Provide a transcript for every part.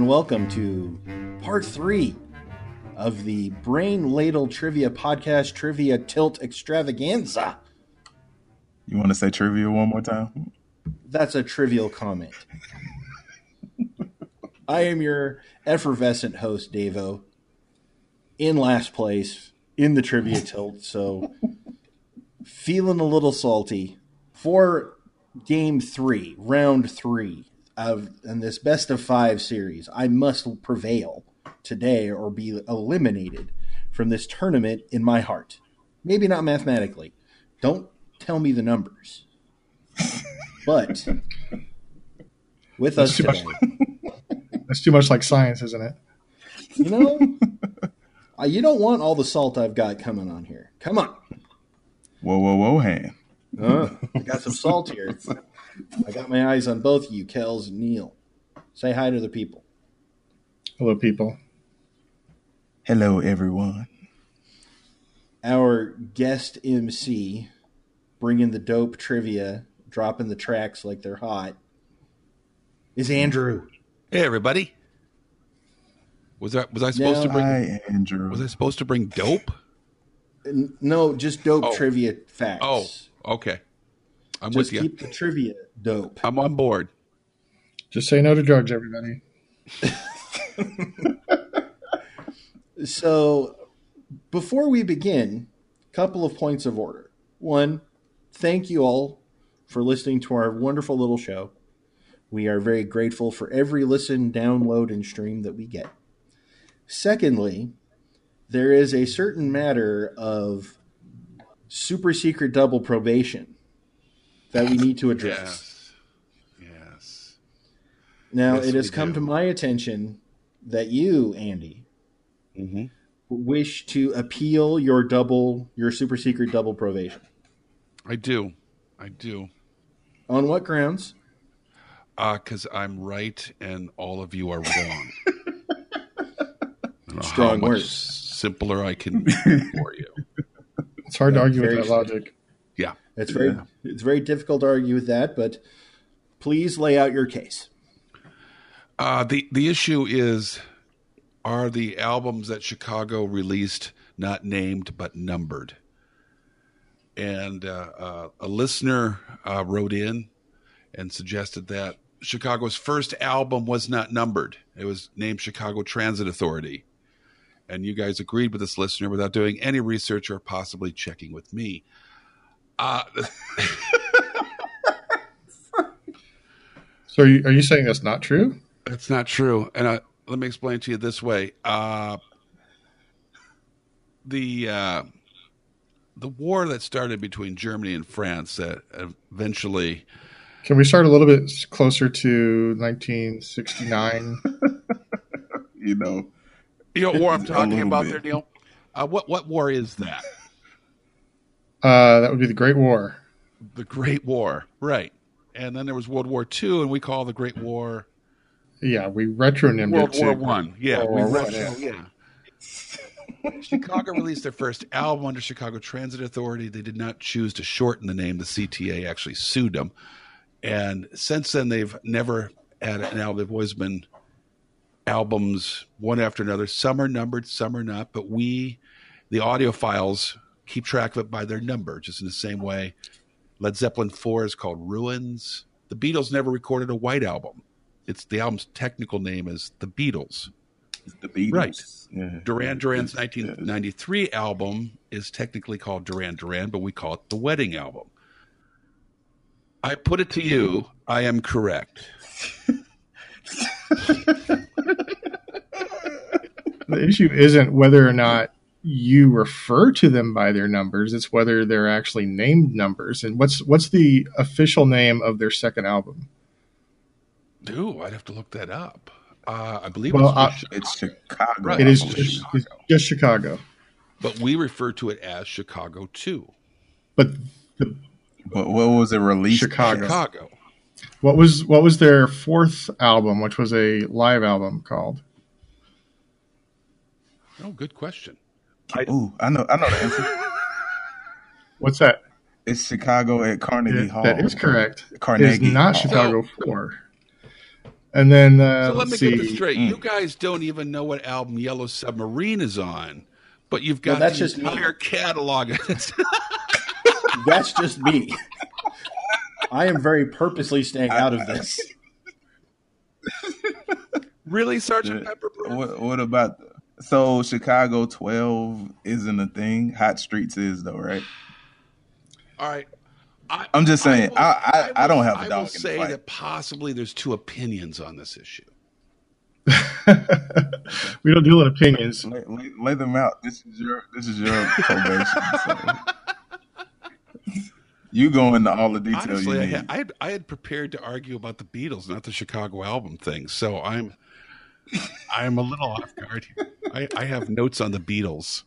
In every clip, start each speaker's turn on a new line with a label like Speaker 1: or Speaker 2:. Speaker 1: welcome to part three of the Brain Ladle Trivia Podcast Trivia Tilt Extravaganza.
Speaker 2: You want to say trivia one more time?
Speaker 1: That's a trivial comment. I am your effervescent host, Davo, in last place in the trivia tilt. So, feeling a little salty for game three, round three of in this best of five series. I must prevail today or be eliminated from this tournament in my heart. Maybe not mathematically. Don't tell me the numbers. But with us
Speaker 3: That's too
Speaker 1: today,
Speaker 3: much. That's too much like science, isn't it?
Speaker 1: you know, uh, you don't want all the salt I've got coming on here. Come on.
Speaker 2: Whoa, whoa, whoa, hand.
Speaker 1: Uh, I got some salt here. I got my eyes on both of you, Kels and Neil. Say hi to the people.
Speaker 3: Hello, people.
Speaker 2: Hello, everyone.
Speaker 1: Our guest MC, bringing the dope trivia, dropping the tracks like they're hot, is Andrew.
Speaker 4: Hey everybody. Was I was I supposed to
Speaker 1: No,
Speaker 4: bring
Speaker 2: Hi, Andrew.
Speaker 4: was I supposed to bring dope?
Speaker 1: N- No, just dope
Speaker 4: Oh.
Speaker 1: trivia facts.
Speaker 4: Oh, okay. I'm
Speaker 1: just
Speaker 4: with you.
Speaker 1: keep the trivia dope.
Speaker 4: I'm on board.
Speaker 3: Just say no to drugs, everybody.
Speaker 1: So, before we begin, couple of points of order. One, thank you all for listening to our wonderful little show. We are very grateful for every listen, download, and stream that we get. Secondly, there is a certain matter of super secret double probation that we need to address.
Speaker 4: Yes. Yes.
Speaker 1: Now,
Speaker 4: Yes,
Speaker 1: it has
Speaker 4: we
Speaker 1: come
Speaker 4: do.
Speaker 1: to my attention that you, Andy,
Speaker 4: Mm-hmm.
Speaker 1: wish to appeal your double, your super secret double probation.
Speaker 4: I do. I do.
Speaker 1: On what grounds?
Speaker 4: Uh, cause I'm right and all of you are wrong. I don't know how
Speaker 1: Strong
Speaker 4: much
Speaker 1: words.
Speaker 4: Simpler I can be for you.
Speaker 3: It's hard to argue with
Speaker 1: very
Speaker 3: that logic.
Speaker 1: It's very it's very difficult to argue with that, but please lay out your case.
Speaker 4: Uh, the the issue is, are the albums that Chicago released not named but numbered? And uh, uh, a listener uh, wrote in and suggested that Chicago's first album was not numbered. It was named Chicago Transit Authority. And you guys agreed with this listener without doing any research or possibly checking with me. Uh,
Speaker 3: So, are you, are you saying that's not true?
Speaker 4: That's not true. And I, let me explain to you this way. Uh, the uh, the war that started between Germany and France that eventually
Speaker 3: Can we start a little bit s- closer to 1969?
Speaker 2: You know,
Speaker 4: you know what war I'm
Speaker 2: A
Speaker 4: talking
Speaker 2: little
Speaker 4: about
Speaker 2: bit.
Speaker 4: there, Neil. Uh, what what war is that?
Speaker 3: uh, that would be the Great War.
Speaker 4: The Great War, right? And then there was World War Two, and we call the Great War
Speaker 3: Yeah, we retronymed
Speaker 4: World
Speaker 3: it
Speaker 4: War
Speaker 3: to
Speaker 4: One. Yeah,
Speaker 3: World
Speaker 4: we
Speaker 3: War One,
Speaker 4: rushed- yeah. Chicago released their first album under Chicago Transit Authority. They did not choose to shorten the name. The CTA actually sued them, and since then they've never had an album. They've always been albums one after another. Some are numbered, some are not. But we, the audiophiles, keep track of it by their number, just in the same way. Led Zeppelin Four is called Ruins. The Beatles never recorded a white album. It's the album's technical name is The Beatles.
Speaker 2: it's the Beatles.
Speaker 4: Right.
Speaker 2: Yeah.
Speaker 4: Duran Duran's
Speaker 2: Yeah, it's-
Speaker 4: 1993 album is technically called Duran Duran, but we call it the wedding album. I put it to you, I am correct.
Speaker 3: The issue isn't whether or not you refer to them by their numbers; it's whether they're actually named numbers. And what's what's the official name of their second album?
Speaker 4: Ooh, I'd have to look that up. Uh, I believe
Speaker 3: Well,
Speaker 4: it's,
Speaker 3: I-
Speaker 2: It's Chicago.
Speaker 4: Right.
Speaker 3: It is
Speaker 2: Chicago.
Speaker 3: just, it's just Chicago,
Speaker 4: but we refer to it as Chicago 2.
Speaker 3: but the
Speaker 2: But what was it released?
Speaker 3: Chicago.
Speaker 4: Chicago.
Speaker 3: What was what was their fourth album, which was a live album called?
Speaker 4: Oh, good question.
Speaker 2: Ooh, I know. I know the answer.
Speaker 3: What's that?
Speaker 2: It's Chicago at Carnegie Hall.
Speaker 3: that is correct. It
Speaker 2: Carnegie
Speaker 3: is not
Speaker 2: Hall.
Speaker 3: Chicago Four. And then uh,
Speaker 4: So let me
Speaker 3: let's see. Mm.
Speaker 4: get this straight. You guys don't even know what album Yellow Submarine is on, but you've got
Speaker 1: that's
Speaker 4: the
Speaker 1: just me.
Speaker 4: entire catalog. It's-
Speaker 1: That's just me. I am very purposely staying out of this.
Speaker 4: really, Sergeant
Speaker 2: The-
Speaker 3: Uh,
Speaker 4: Pepper? bro?
Speaker 2: What, what about so Chicago 12 isn't a thing. Hot Streets is though, right?
Speaker 4: All right. I,
Speaker 2: I'm just saying,
Speaker 4: will-
Speaker 2: I- I- I don't have a
Speaker 4: I
Speaker 2: dog
Speaker 4: will
Speaker 2: in the
Speaker 4: say
Speaker 2: fight.
Speaker 4: that possibly there's two opinions on this issue.
Speaker 3: we don't deal in opinions.
Speaker 2: Lay, lay, lay them out. This is your this is your probation. so. You go into all the detail
Speaker 4: Honestly,
Speaker 2: you
Speaker 4: I
Speaker 2: need.
Speaker 4: had, I had I had prepared to argue about the Beatles, not the Chicago album thing. So I'm I'm a little off guard here. I, I have notes on the Beatles.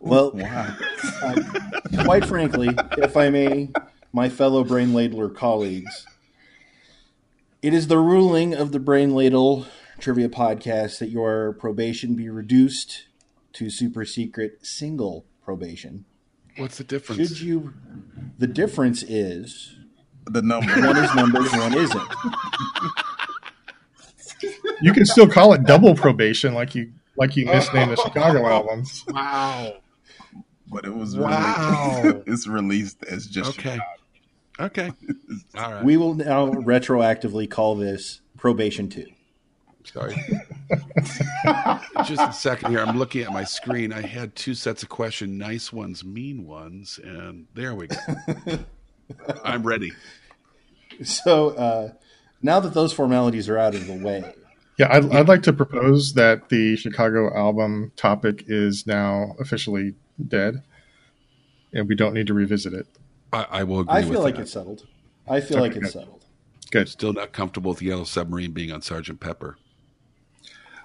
Speaker 1: Well,
Speaker 2: Why?
Speaker 1: uh, quite frankly, if I may, my fellow brain ladler colleagues, it is the ruling of the Brain Ladle Trivia Podcast that your probation be reduced to super secret single probation.
Speaker 4: What's the
Speaker 1: Should
Speaker 4: difference?
Speaker 1: you? The difference is
Speaker 2: the number.
Speaker 1: one is numbers, one isn't.
Speaker 3: You can still call it double probation, like you like you misnamed the Chicago albums.
Speaker 4: Wow.
Speaker 2: but it was
Speaker 4: Wow.
Speaker 2: released. it's released as just
Speaker 4: Okay. Okay. All right.
Speaker 1: We will now retroactively call this probation two.
Speaker 4: Sorry. Just a second here. I'm looking at my screen. I had two sets of questions nice ones, mean ones. And there we go. I'm ready.
Speaker 1: So uh, now that those formalities are out of the way,
Speaker 3: Yeah, I'd, I'd like to propose that the Chicago album topic is now officially dead, and we don't need to revisit it.
Speaker 4: I, I will agree
Speaker 1: I
Speaker 4: with
Speaker 1: feel like
Speaker 4: that.
Speaker 1: it's settled. I feel like
Speaker 3: Okay.
Speaker 1: it's settled.
Speaker 3: Good.
Speaker 4: Still not comfortable with Yellow Submarine being on Sergeant Pepper.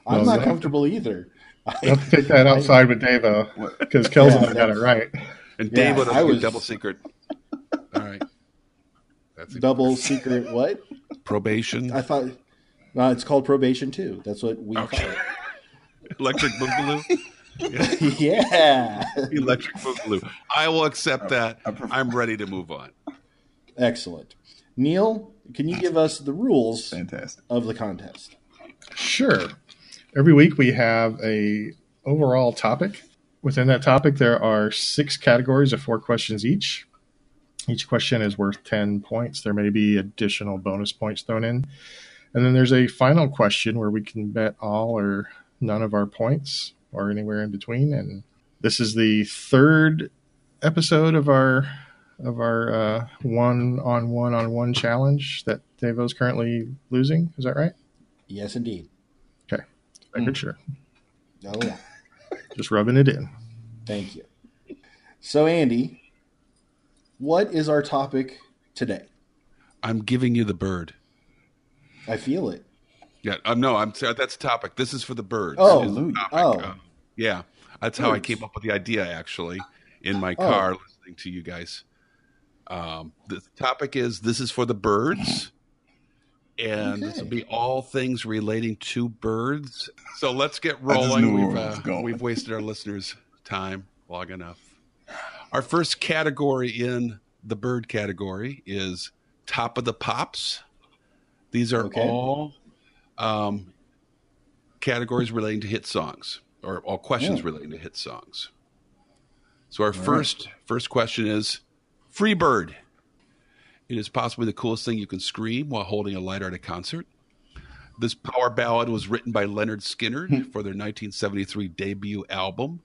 Speaker 1: I'm
Speaker 3: Well,
Speaker 1: not
Speaker 3: that-
Speaker 1: comfortable either.
Speaker 3: I'll have to take that outside with Dave because Kelson got it right.
Speaker 4: And
Speaker 1: Yeah,
Speaker 4: Dave would
Speaker 1: I
Speaker 4: have was...
Speaker 1: was-
Speaker 4: double secret. All right. That's it.
Speaker 1: Double secret what?
Speaker 4: probation.
Speaker 1: I thought no, it's called probation too. That's what we
Speaker 4: Okay.
Speaker 1: call
Speaker 4: Electric Boogaloo.
Speaker 1: it. Yeah.
Speaker 4: Electric Boogaloo. I will accept that.
Speaker 2: I prefer-
Speaker 4: I'm ready to move on.
Speaker 1: Excellent. Neil, can you give us the rules
Speaker 2: fantastic.
Speaker 1: of the contest?
Speaker 3: Sure. Every week we have a overall topic. Within that topic, there are six categories of four questions each. Each question is worth ten points. There may be additional bonus points thrown in, and then there's a final question where we can bet all or none of our points or anywhere in between. And this is the third episode of our of our uh, one on one on one challenge that Devo's currently losing. Is that right?
Speaker 1: Yes, indeed.
Speaker 3: Record sure.
Speaker 1: Oh yeah.
Speaker 3: just rubbing it in.
Speaker 1: Thank you. So Andy, what is our topic today?
Speaker 4: I'm giving you the bird.
Speaker 1: I feel it.
Speaker 4: Yeah, um, no, I'm sorry. That's topic. This is for the birds.
Speaker 1: Oh,
Speaker 4: This is the topic.
Speaker 1: oh.
Speaker 4: Um, yeah. That's how I
Speaker 1: Birds. Oh.
Speaker 4: came up with the idea, actually, in my car listening to you guys. Um, the topic is this is for the birds, and this will
Speaker 1: Okay.
Speaker 4: be all things relating to birds. So let's get
Speaker 2: just knew where
Speaker 4: rolling. We've,
Speaker 2: it was
Speaker 4: uh,
Speaker 2: going.
Speaker 4: we've wasted our listeners' time long enough. Our first category in the bird category is top of the pops. These are
Speaker 1: Okay.
Speaker 4: all um, categories relating to hit songs, or all questions
Speaker 1: Yeah.
Speaker 4: relating to hit songs. So our first first question is Free Bird. It is possibly the coolest thing you can scream while holding a lighter at a concert. This power ballad was written by Leonard Skinner
Speaker 1: Hmm.
Speaker 4: for their 1973 debut album,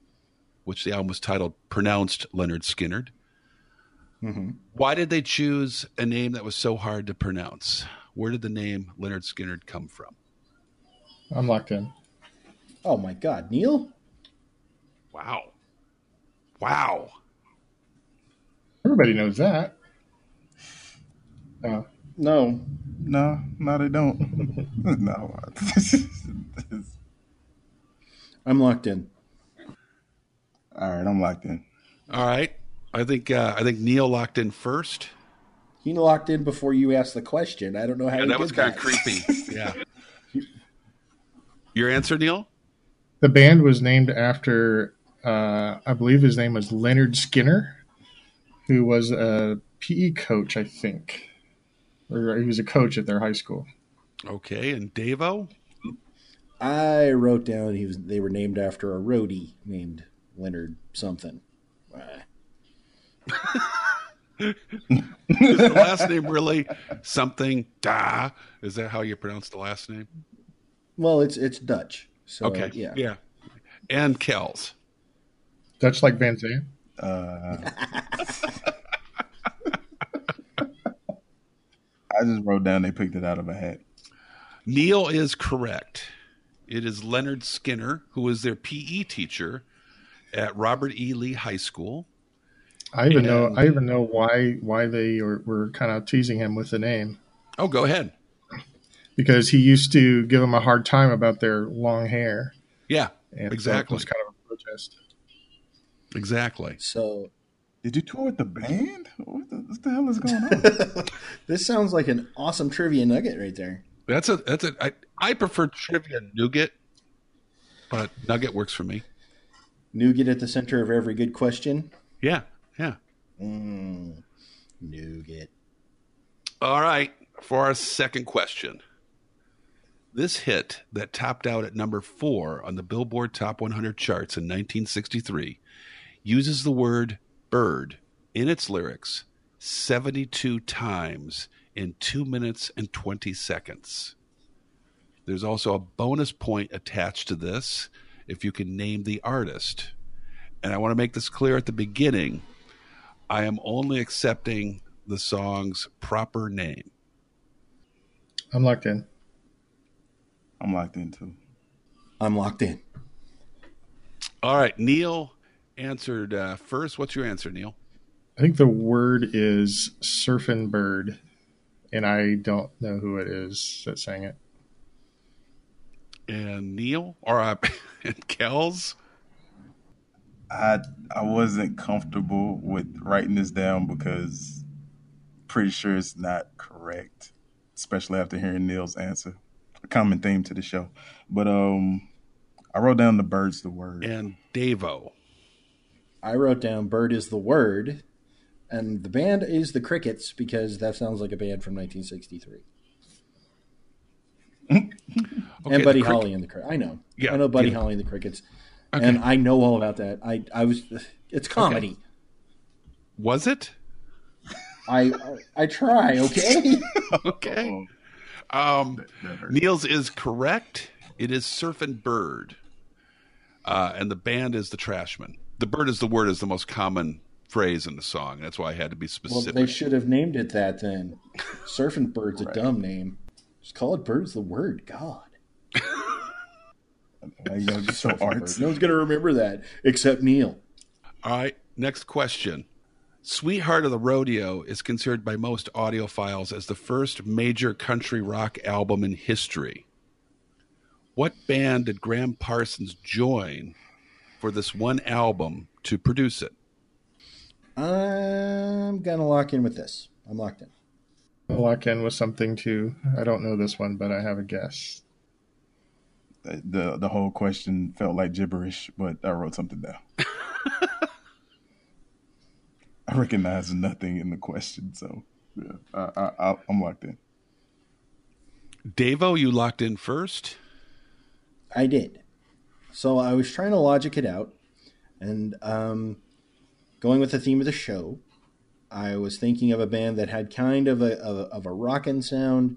Speaker 4: which the album was titled Pronounced Leonard Skinner. Why did they choose a name that was so hard to pronounce? Where did the name Leonard Skinner come from?
Speaker 3: I'm locked in.
Speaker 1: Oh my god, Neil?
Speaker 4: Wow. Wow.
Speaker 3: Everybody knows that. Uh,
Speaker 1: No.
Speaker 2: No, no, they don't. no,
Speaker 1: I'm locked in.
Speaker 2: all right, I'm locked in.
Speaker 4: All right. I think uh, I think Neil locked in first.
Speaker 1: He locked in before you asked the question. I don't know how he
Speaker 4: And that
Speaker 1: did
Speaker 4: was kind of creepy. yeah. Your answer, Neil?
Speaker 3: the band was named after, uh, I believe his name was Leonard Skinner, who was a PE coach, I E think, Or he was a coach at their high school.
Speaker 4: Okay, and Davo?
Speaker 1: I wrote down he was. They were named after a roadie named Leonard something. Ah,
Speaker 4: Is the last name really something? Da? Is that how you pronounce the last name?
Speaker 1: Well, it's it's Dutch. So,
Speaker 4: Okay.
Speaker 1: Yeah.
Speaker 4: yeah. And Kells.
Speaker 3: Dutch like Van Zandt.
Speaker 2: Uh, I just wrote down they picked it out of a hat.
Speaker 4: Neil is correct. It is Leonard Skinner, who was their PE teacher at Robert E. Lee High School.
Speaker 3: I even
Speaker 4: Yeah.
Speaker 3: know I even know why why they were, were kind of teasing him with the name
Speaker 4: Oh, go ahead.
Speaker 3: because he used to give them a hard time about their long hair.
Speaker 4: Yeah,
Speaker 3: And so
Speaker 4: Exactly.
Speaker 3: it was kind of a protest.
Speaker 4: exactly.
Speaker 1: So
Speaker 2: Did you tour with the band? What the, what the hell is going on?
Speaker 1: this sounds like an awesome trivia nugget right there.
Speaker 4: That's a that's a I, I prefer trivia nougat, but nugget works for me.
Speaker 1: Nougat at the center of every good question.
Speaker 4: Yeah, yeah.
Speaker 1: Mm, nougat.
Speaker 4: All right, for our second question. This hit that topped out at number four on the Billboard Top 100 charts in 1963 uses the word bird in its lyrics 72 times in 2 minutes and 20 seconds. There's also a bonus point attached to this if you can name the artist. And I want to make this clear at the beginning I am only accepting the song's proper name.
Speaker 3: I'm locked in.
Speaker 2: I'm locked in too.
Speaker 1: I'm locked in.
Speaker 4: All right, Neil answered uh, first. What's your answer, Neil?
Speaker 3: I think the word is surfin' bird, and I don't know who it is that sang it.
Speaker 4: And Neil or uh, and Kells?
Speaker 2: I I wasn't comfortable with writing this down because pretty sure it's not correct, especially after hearing Neil's answer. A common theme to the show, but um, I wrote down the birds. The word
Speaker 4: and Davo.
Speaker 1: I wrote down bird is the word, and the band is the Crickets because that sounds like a band from 1963.
Speaker 4: Okay,
Speaker 1: and Buddy
Speaker 4: the crick-
Speaker 1: Holly and the Crickets. I know.
Speaker 4: Yeah,
Speaker 1: I know Buddy
Speaker 4: yeah.
Speaker 1: Holly and the Crickets.
Speaker 4: Okay.
Speaker 1: And I know all about that. I, I was. It's comedy.
Speaker 4: Was it?
Speaker 1: I I try. Okay.
Speaker 4: Okay. Um, Neil's is correct. It is Surf and Bird. Uh, and the band is the Trashmen. The bird is the word is the most common phrase in the song. That's why I had to be
Speaker 1: well,
Speaker 4: specific.
Speaker 1: they should have named it that then. Surfing Bird's a dumb name. Just call it Bird's the word. God.
Speaker 2: Why you gotta be so
Speaker 1: Bird.
Speaker 2: artsy?
Speaker 1: No one's gonna remember that except Neil.
Speaker 4: All right, next question. Sweetheart of the Rodeo is considered by most audiophiles as the first major country rock album in history. What band did Graham Parsons join for this one album to produce it?
Speaker 1: I'm gonna lock in with this. I'm locked in.
Speaker 3: I'll lock in with something too. I don't know this one, but I have a guess.
Speaker 2: The, the the whole question felt like gibberish, but I wrote something down. I recognize nothing in the question, so yeah, I, I, I, I'm locked in.
Speaker 4: Davo, you locked in first.
Speaker 1: I did. So I was trying to logic it out, and um, going with the theme of the show, I was thinking of a band that had kind of a of, a- of a rockin' sound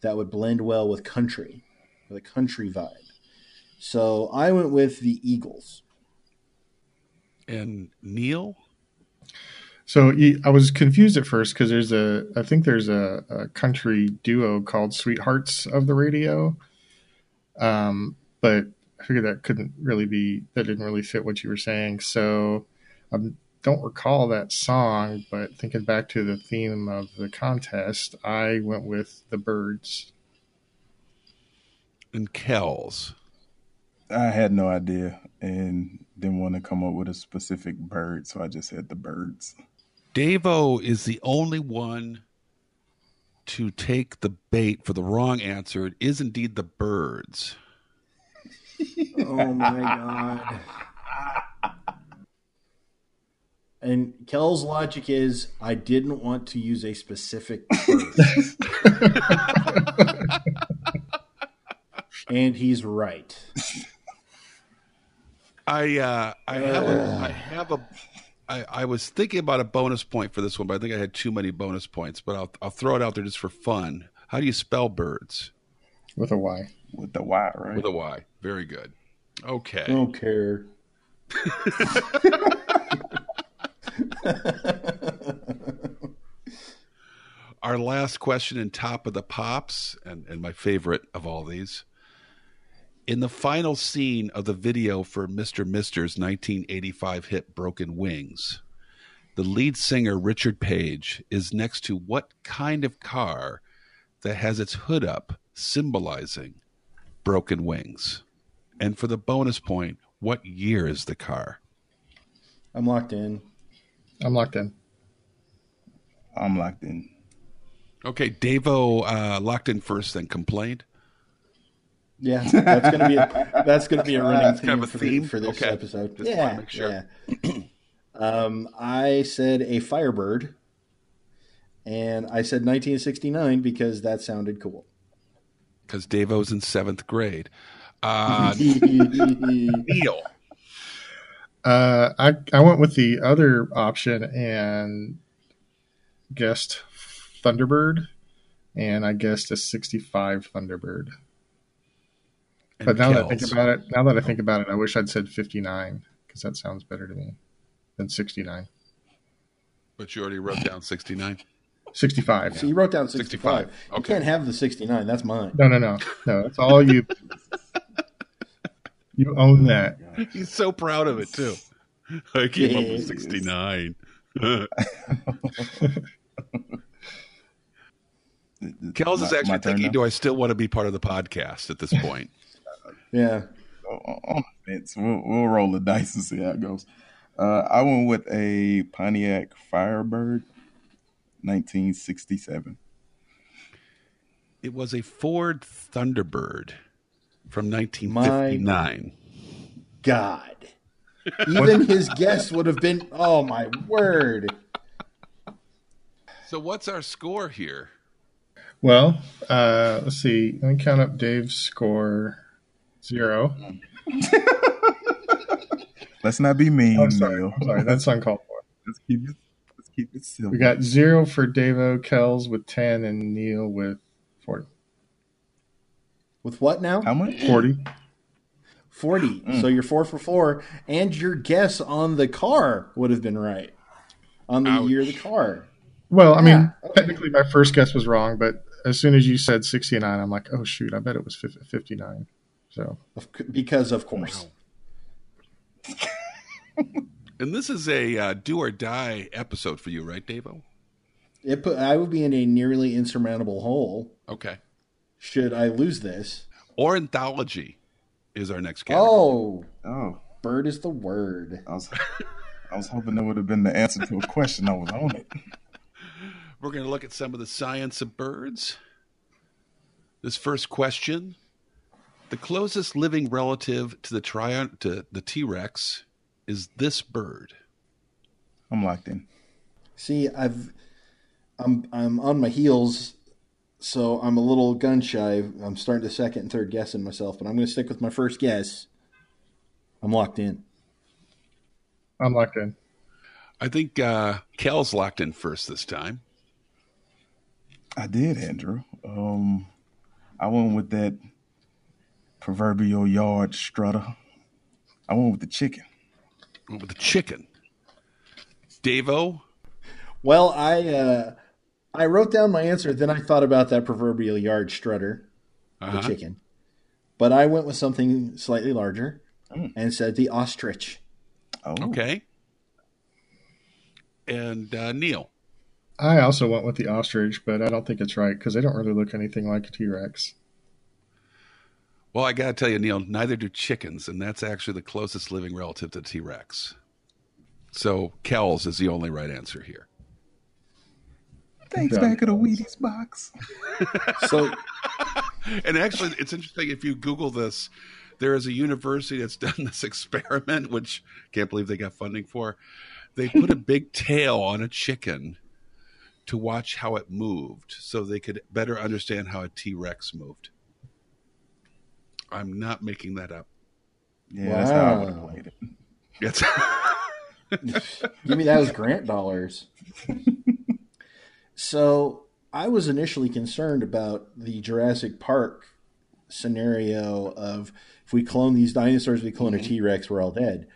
Speaker 1: that would blend well with country, with a country vibe. So I went with the Eagles.
Speaker 4: And Neil?
Speaker 3: So y- I was confused at first because there's a, I think there's a, a country duo called Sweethearts of the Radio, um, but I figured that couldn't really be, that didn't really fit what you were saying. So I don't recall that song, but thinking back to the theme of the contest, I went with the Birds.
Speaker 4: And Kells.
Speaker 2: I had no idea and didn't want to come up with a specific bird, so I just said the birds.
Speaker 4: Davo is the only one to take the bait for the wrong answer. It is indeed the birds.
Speaker 1: Oh my god! And Kell's logic is I didn't want to use a specific word. and he's right.
Speaker 4: I uh, I have a, I have a I, I was thinking about a bonus point for this one, but I think I had too many bonus points. But I'll I'll throw it out there just for fun. How do you spell birds
Speaker 3: with a Y.
Speaker 2: with the Y, right?
Speaker 4: with a Y? Very good. Okay.
Speaker 1: I don't care.
Speaker 4: our last question in top of the pops and, and my favorite of all these in the final scene of the video for mr mister's 1985 hit broken wings the lead singer richard page is next to what kind of car that has its hood up symbolizing broken wings and for the bonus point what year is the car
Speaker 1: I'm locked in.
Speaker 3: I'm locked in.
Speaker 2: I'm locked in.
Speaker 4: okay davo uh, locked in first then complained
Speaker 1: Yeah, that's gonna be a, that's gonna be a running theme,
Speaker 4: kind of a
Speaker 1: for,
Speaker 4: theme?
Speaker 1: for this
Speaker 4: Okay.
Speaker 1: episode.
Speaker 4: Just wanna
Speaker 1: yeah,
Speaker 4: make sure.
Speaker 1: yeah. um, I said a Firebird, and I said 1969 because that sounded cool.
Speaker 4: because davo's in seventh grade uh, Neil.
Speaker 3: Uh, I I went with the other option and guessed Thunderbird, and I guessed a '65 Thunderbird.
Speaker 4: and
Speaker 3: But now that I
Speaker 4: Kells.
Speaker 3: think about it, now that I think about it, I wish I'd said 59 because that sounds better to me than 69.
Speaker 4: But you already wrote down 69.
Speaker 3: 65.
Speaker 1: so you wrote down 65.
Speaker 4: 65,
Speaker 1: You
Speaker 4: okay.
Speaker 1: can't have the 69. That's mine.
Speaker 3: No, no, no, no. That's all you. you own that.
Speaker 4: He's so proud of it, too. I came up with
Speaker 1: Yes.
Speaker 4: 69. Kells is
Speaker 2: My-
Speaker 4: actually
Speaker 2: my turn
Speaker 4: thinking,
Speaker 2: now?
Speaker 4: do I still want to be part of the podcast at this point?
Speaker 1: Yeah,
Speaker 2: on on the oh, fence. We'll, we'll roll the dice and see how it goes. Uh, I went with a Pontiac Firebird, 1967.
Speaker 4: it was a Ford Thunderbird from
Speaker 1: My-
Speaker 4: 1959.
Speaker 1: God. Even his guess would have been. Oh my word!
Speaker 4: So what's our score here?
Speaker 3: Well, uh, let's see. Let me count up Dave's score. Zero.
Speaker 2: Let's not be mean,
Speaker 3: Oh, sorry.
Speaker 2: Neil.
Speaker 3: I'm sorry. That's uncalled for.
Speaker 2: Let's keep it. Let's keep it simple.
Speaker 3: We got zero for Davo Kells with 10 and Neil with 40.
Speaker 1: With what now?
Speaker 2: how much?
Speaker 3: 40.
Speaker 1: 40. So you're four for four, and your guess on the car would have been right on the
Speaker 4: Ouch.
Speaker 1: year of the car.
Speaker 3: Well, I mean,
Speaker 1: Yeah.
Speaker 3: technically my first guess was wrong, but as soon as you said 69, I'm like, oh, shoot, I bet it was fif- 59. So,
Speaker 1: Of c- Because, of course.
Speaker 4: And this is a uh, do or die episode for you, right, Davo?
Speaker 1: It put, I would be in a nearly insurmountable hole
Speaker 4: Okay.
Speaker 1: should I lose this.
Speaker 4: Ornithology is our next category.
Speaker 1: Oh,
Speaker 2: Oh,
Speaker 1: bird is the word.
Speaker 2: I was. I was hoping that would have been the answer to a question. I was on it.
Speaker 4: We're going to look at some of the science of birds. This first question The closest living relative to the trion- to the T Rex is this bird.
Speaker 2: I'm locked in.
Speaker 1: See, I've I'm I'm on my heels, so I'm a little gun shy. I'm starting to second and third guessing myself, but I'm going to stick with my first guess. I'm locked in.
Speaker 3: I'm locked in.
Speaker 4: I think uh, Kel's locked in first this time.
Speaker 2: I did, Andrew. Um, I went with that proverbial yard strutter. I went with the chicken.
Speaker 4: Went With the chicken. Davo,
Speaker 1: Well, I uh, I wrote down my answer. Then I thought about that proverbial yard strutter, the
Speaker 4: Uh-huh.
Speaker 1: chicken. But I went with something slightly larger and said the ostrich.
Speaker 2: Oh,
Speaker 4: okay. And uh, Neil.
Speaker 3: I also went with the ostrich, but I don't think it's right because they don't really look anything like a T Rex.
Speaker 4: Well, I got to tell you, Neil, neither do chickens, and that's actually the closest living relative to T Rex. So Kells is the only right answer here.
Speaker 2: Thanks, back of the Wheaties box.
Speaker 1: So
Speaker 4: And actually, it's interesting if you Google this, there is a university that's done this experiment, which I can't believe they got funding for. they put a big tail on a chicken to watch how it moved so they could better understand how a T Rex moved. I'm not making that up.
Speaker 2: Yeah, that's how I
Speaker 1: Wow.
Speaker 2: would have played it.
Speaker 4: It's,
Speaker 1: Give me those grant dollars. so I was initially concerned about the Jurassic Park scenario of if we clone these dinosaurs, we clone a T Rex, we're all dead.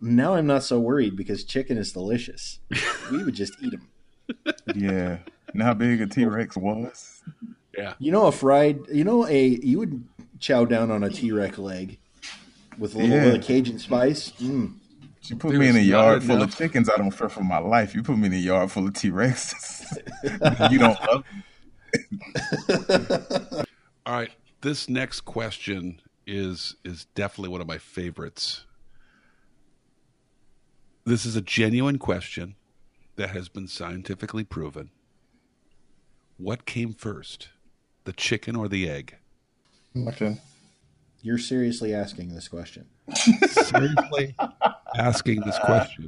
Speaker 1: Now I'm not so worried because chicken is delicious. we would just eat them.
Speaker 2: Yeah. And how big a T Rex was?
Speaker 4: yeah.
Speaker 1: You know, a fried, you know, a you would chow down on a T Rex leg with a little
Speaker 2: Yeah.
Speaker 1: bit of Cajun spice. Mm.
Speaker 2: You put
Speaker 4: There
Speaker 2: me in a
Speaker 4: was not
Speaker 2: yard full
Speaker 4: enough.
Speaker 2: of chickens, I don't fear for my life. You put me in a yard full of T Rexes. you don't love me.
Speaker 4: All right. This next question is is definitely one of my favorites. This is a genuine question that has been scientifically proven. What came first, the chicken or the egg?
Speaker 3: I'm not gonna-
Speaker 1: You're seriously asking this question.
Speaker 4: seriously asking this question.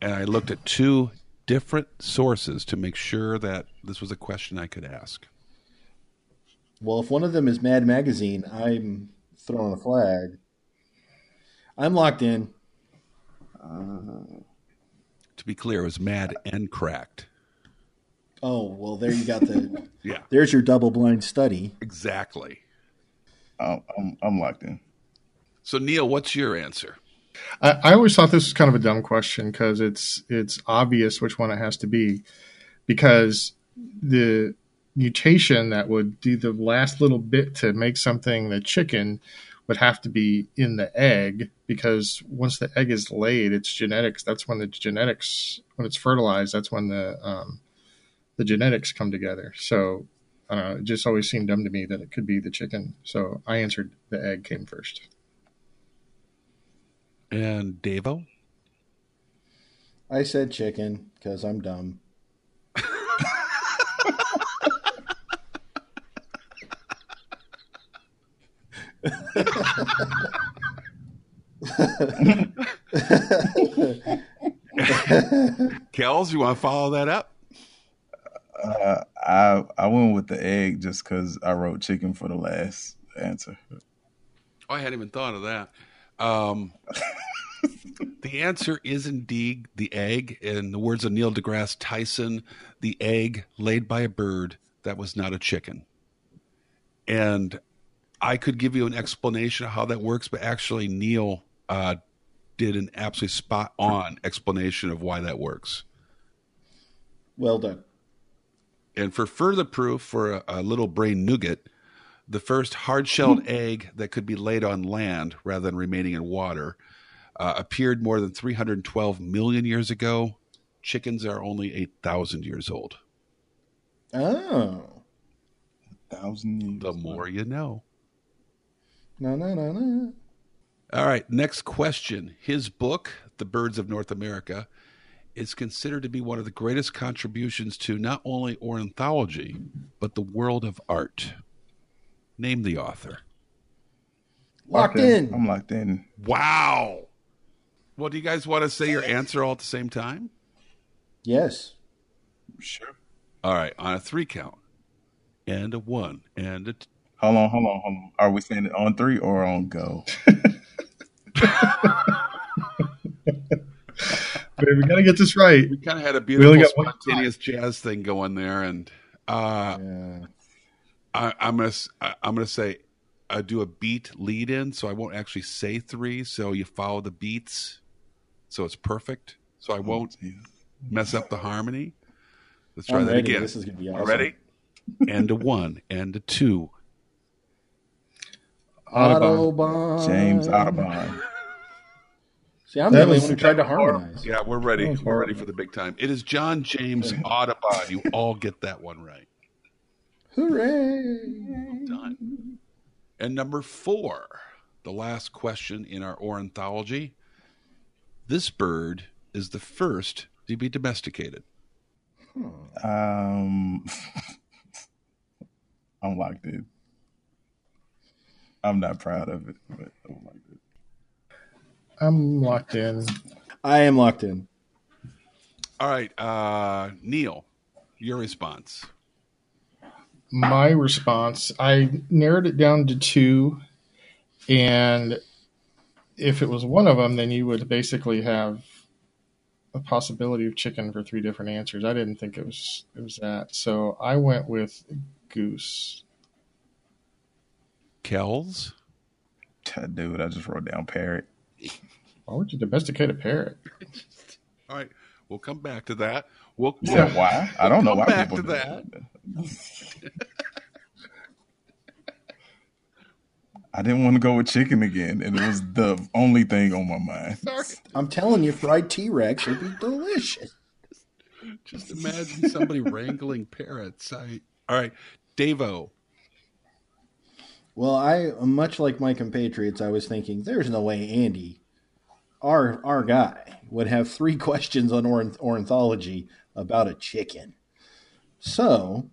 Speaker 4: And I looked at two different sources to make sure that this was a question I could ask.
Speaker 1: Well, if one of them is Mad Magazine, I'm throwing a flag. I'm locked in.
Speaker 4: To be clear, it was mad and cracked.
Speaker 1: Oh well, there you got the.
Speaker 4: Yeah,
Speaker 1: there's your double-blind study.
Speaker 4: exactly.
Speaker 2: I'm, I'm, I'm locked in.
Speaker 4: So, Neil, what's your answer?
Speaker 3: I, I always thought this was kind of a dumb question because it's it's obvious which one it has to be, because the mutation that would do the last little bit to make something the chicken would have to be in the egg because once the egg is laid, its genetics. That's when the genetics when it's fertilized. That's when the um, the genetics come together. So. I don't know. It just always seemed dumb to me that it could be the chicken. So I answered the egg came first.
Speaker 4: And Davo?
Speaker 1: I said chicken because I'm dumb.
Speaker 4: Kels, you want to follow that up?
Speaker 2: Uh, I I went with the egg just because I wrote chicken for the last answer.
Speaker 4: Oh, I hadn't even thought of that. Um, the answer is indeed the egg. In the words of Neil deGrasse Tyson, the egg laid by a bird that was not a chicken. And I could give you an explanation of how that works, but actually, Neil uh, did an absolutely spot on explanation of why that works.
Speaker 1: Well done.
Speaker 4: And for further proof, for a, a little brain nougat, the first hard shelled egg that could be laid on land rather than remaining in water uh, appeared more than 312 million years ago. Chickens are only 8,000 years old.
Speaker 1: Oh
Speaker 2: Thousand years.
Speaker 4: The more you know.
Speaker 1: no no no no!
Speaker 4: All right, next question. His book, The Birds of North America, is considered to be one of the greatest contributions to not only ornithology, but the world of art. Name the author.
Speaker 1: Locked in.
Speaker 2: I'm locked in.
Speaker 4: Wow. Well, do you guys want to say your answer all at the same time?
Speaker 1: Yes.
Speaker 2: Sure.
Speaker 4: All right, on a three count, and a one, and a. T-
Speaker 2: Hold on, hold on, hold on. Are we saying it on three or on go?
Speaker 3: Babe, we gotta get this right.
Speaker 4: we kind of had a
Speaker 3: only
Speaker 4: beautiful
Speaker 3: got one
Speaker 4: spontaneous jazz thing going there, and uh,
Speaker 1: Yeah.
Speaker 4: I, I'm gonna s- I, am gonna say I do a beat lead in, so I won't actually say three. So you follow the beats, so it's perfect. So I won't
Speaker 2: Jesus.
Speaker 4: mess up the harmony. Let's try
Speaker 1: I'm
Speaker 4: that
Speaker 1: ready.
Speaker 4: again.
Speaker 1: This is gonna be awesome.
Speaker 4: Ready? and a one, and a two,
Speaker 3: Audubon.
Speaker 1: Autobahn.
Speaker 2: James Audubon.
Speaker 1: See, I'm
Speaker 3: That
Speaker 1: the only
Speaker 3: was-
Speaker 1: one who tried to harmonize.
Speaker 4: Yeah, we're ready.
Speaker 3: That was
Speaker 4: We're ready
Speaker 3: horrible.
Speaker 4: for the big time. It is John James Audubon. You all get that one right.
Speaker 1: Hooray!
Speaker 4: Done. And number four, the last question in our ornithology. This bird is the first to be domesticated.
Speaker 2: Um, I'm locked in. I'm not proud of it, but I'm locked in.
Speaker 3: I'm locked in.
Speaker 1: I am locked in.
Speaker 4: All right, uh, Neil, your response.
Speaker 3: my response i narrowed it down to two and if it was one of them then you would basically have a possibility of chicken for three different answers i didn't think it was it was that so i went with goose
Speaker 4: Kells.
Speaker 2: Dude, I just wrote down parrot.
Speaker 3: why would you domesticate a parrot
Speaker 4: All right, we'll come back to that. We'll,
Speaker 2: You
Speaker 4: we'll
Speaker 2: said why? I don't know
Speaker 4: Come
Speaker 2: why
Speaker 4: back
Speaker 2: people
Speaker 4: to
Speaker 2: do
Speaker 4: that.
Speaker 2: that. I didn't want to go with chicken again, and it was the only thing on my mind.
Speaker 4: sorry.
Speaker 1: I'm telling you, fried T Rex would be delicious.
Speaker 4: Just imagine somebody wrangling parrots. I, all right, Davo.
Speaker 1: Well, I much like my compatriots, I was thinking there's no way Andy, our our guy, would have three questions on ornith- ornithology about a chicken. So,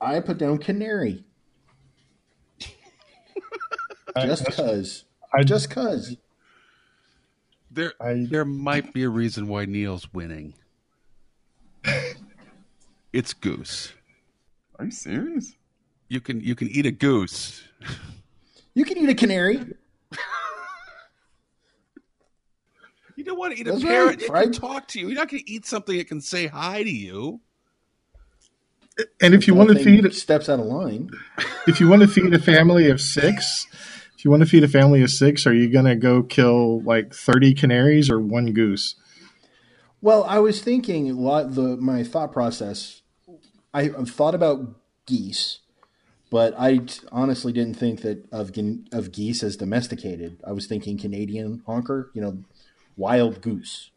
Speaker 1: I put down canary just cuz.
Speaker 3: I-
Speaker 1: Just cuz.
Speaker 4: There,
Speaker 3: I-
Speaker 4: there might be a reason why Neil's winning. it's goose.
Speaker 2: Are you serious?
Speaker 4: You can you can eat a goose.
Speaker 1: You can eat a canary.
Speaker 4: You don't want to eat a
Speaker 1: That's
Speaker 4: parrot.
Speaker 1: right,
Speaker 4: It can
Speaker 1: right?
Speaker 4: talk to you. You're not going to eat something that can say hi to you.
Speaker 3: and if you want to
Speaker 1: Nothing
Speaker 3: feed
Speaker 1: steps out of line.
Speaker 3: if you want to feed a family of six if you want to feed a family of six are you going to go kill like 30 canaries or one goose
Speaker 1: Well, I was thinking a lot. The my thought process, I I've thought about geese, but I t- honestly didn't think that of gen- of geese as domesticated. I was thinking Canadian honker, you know, wild goose.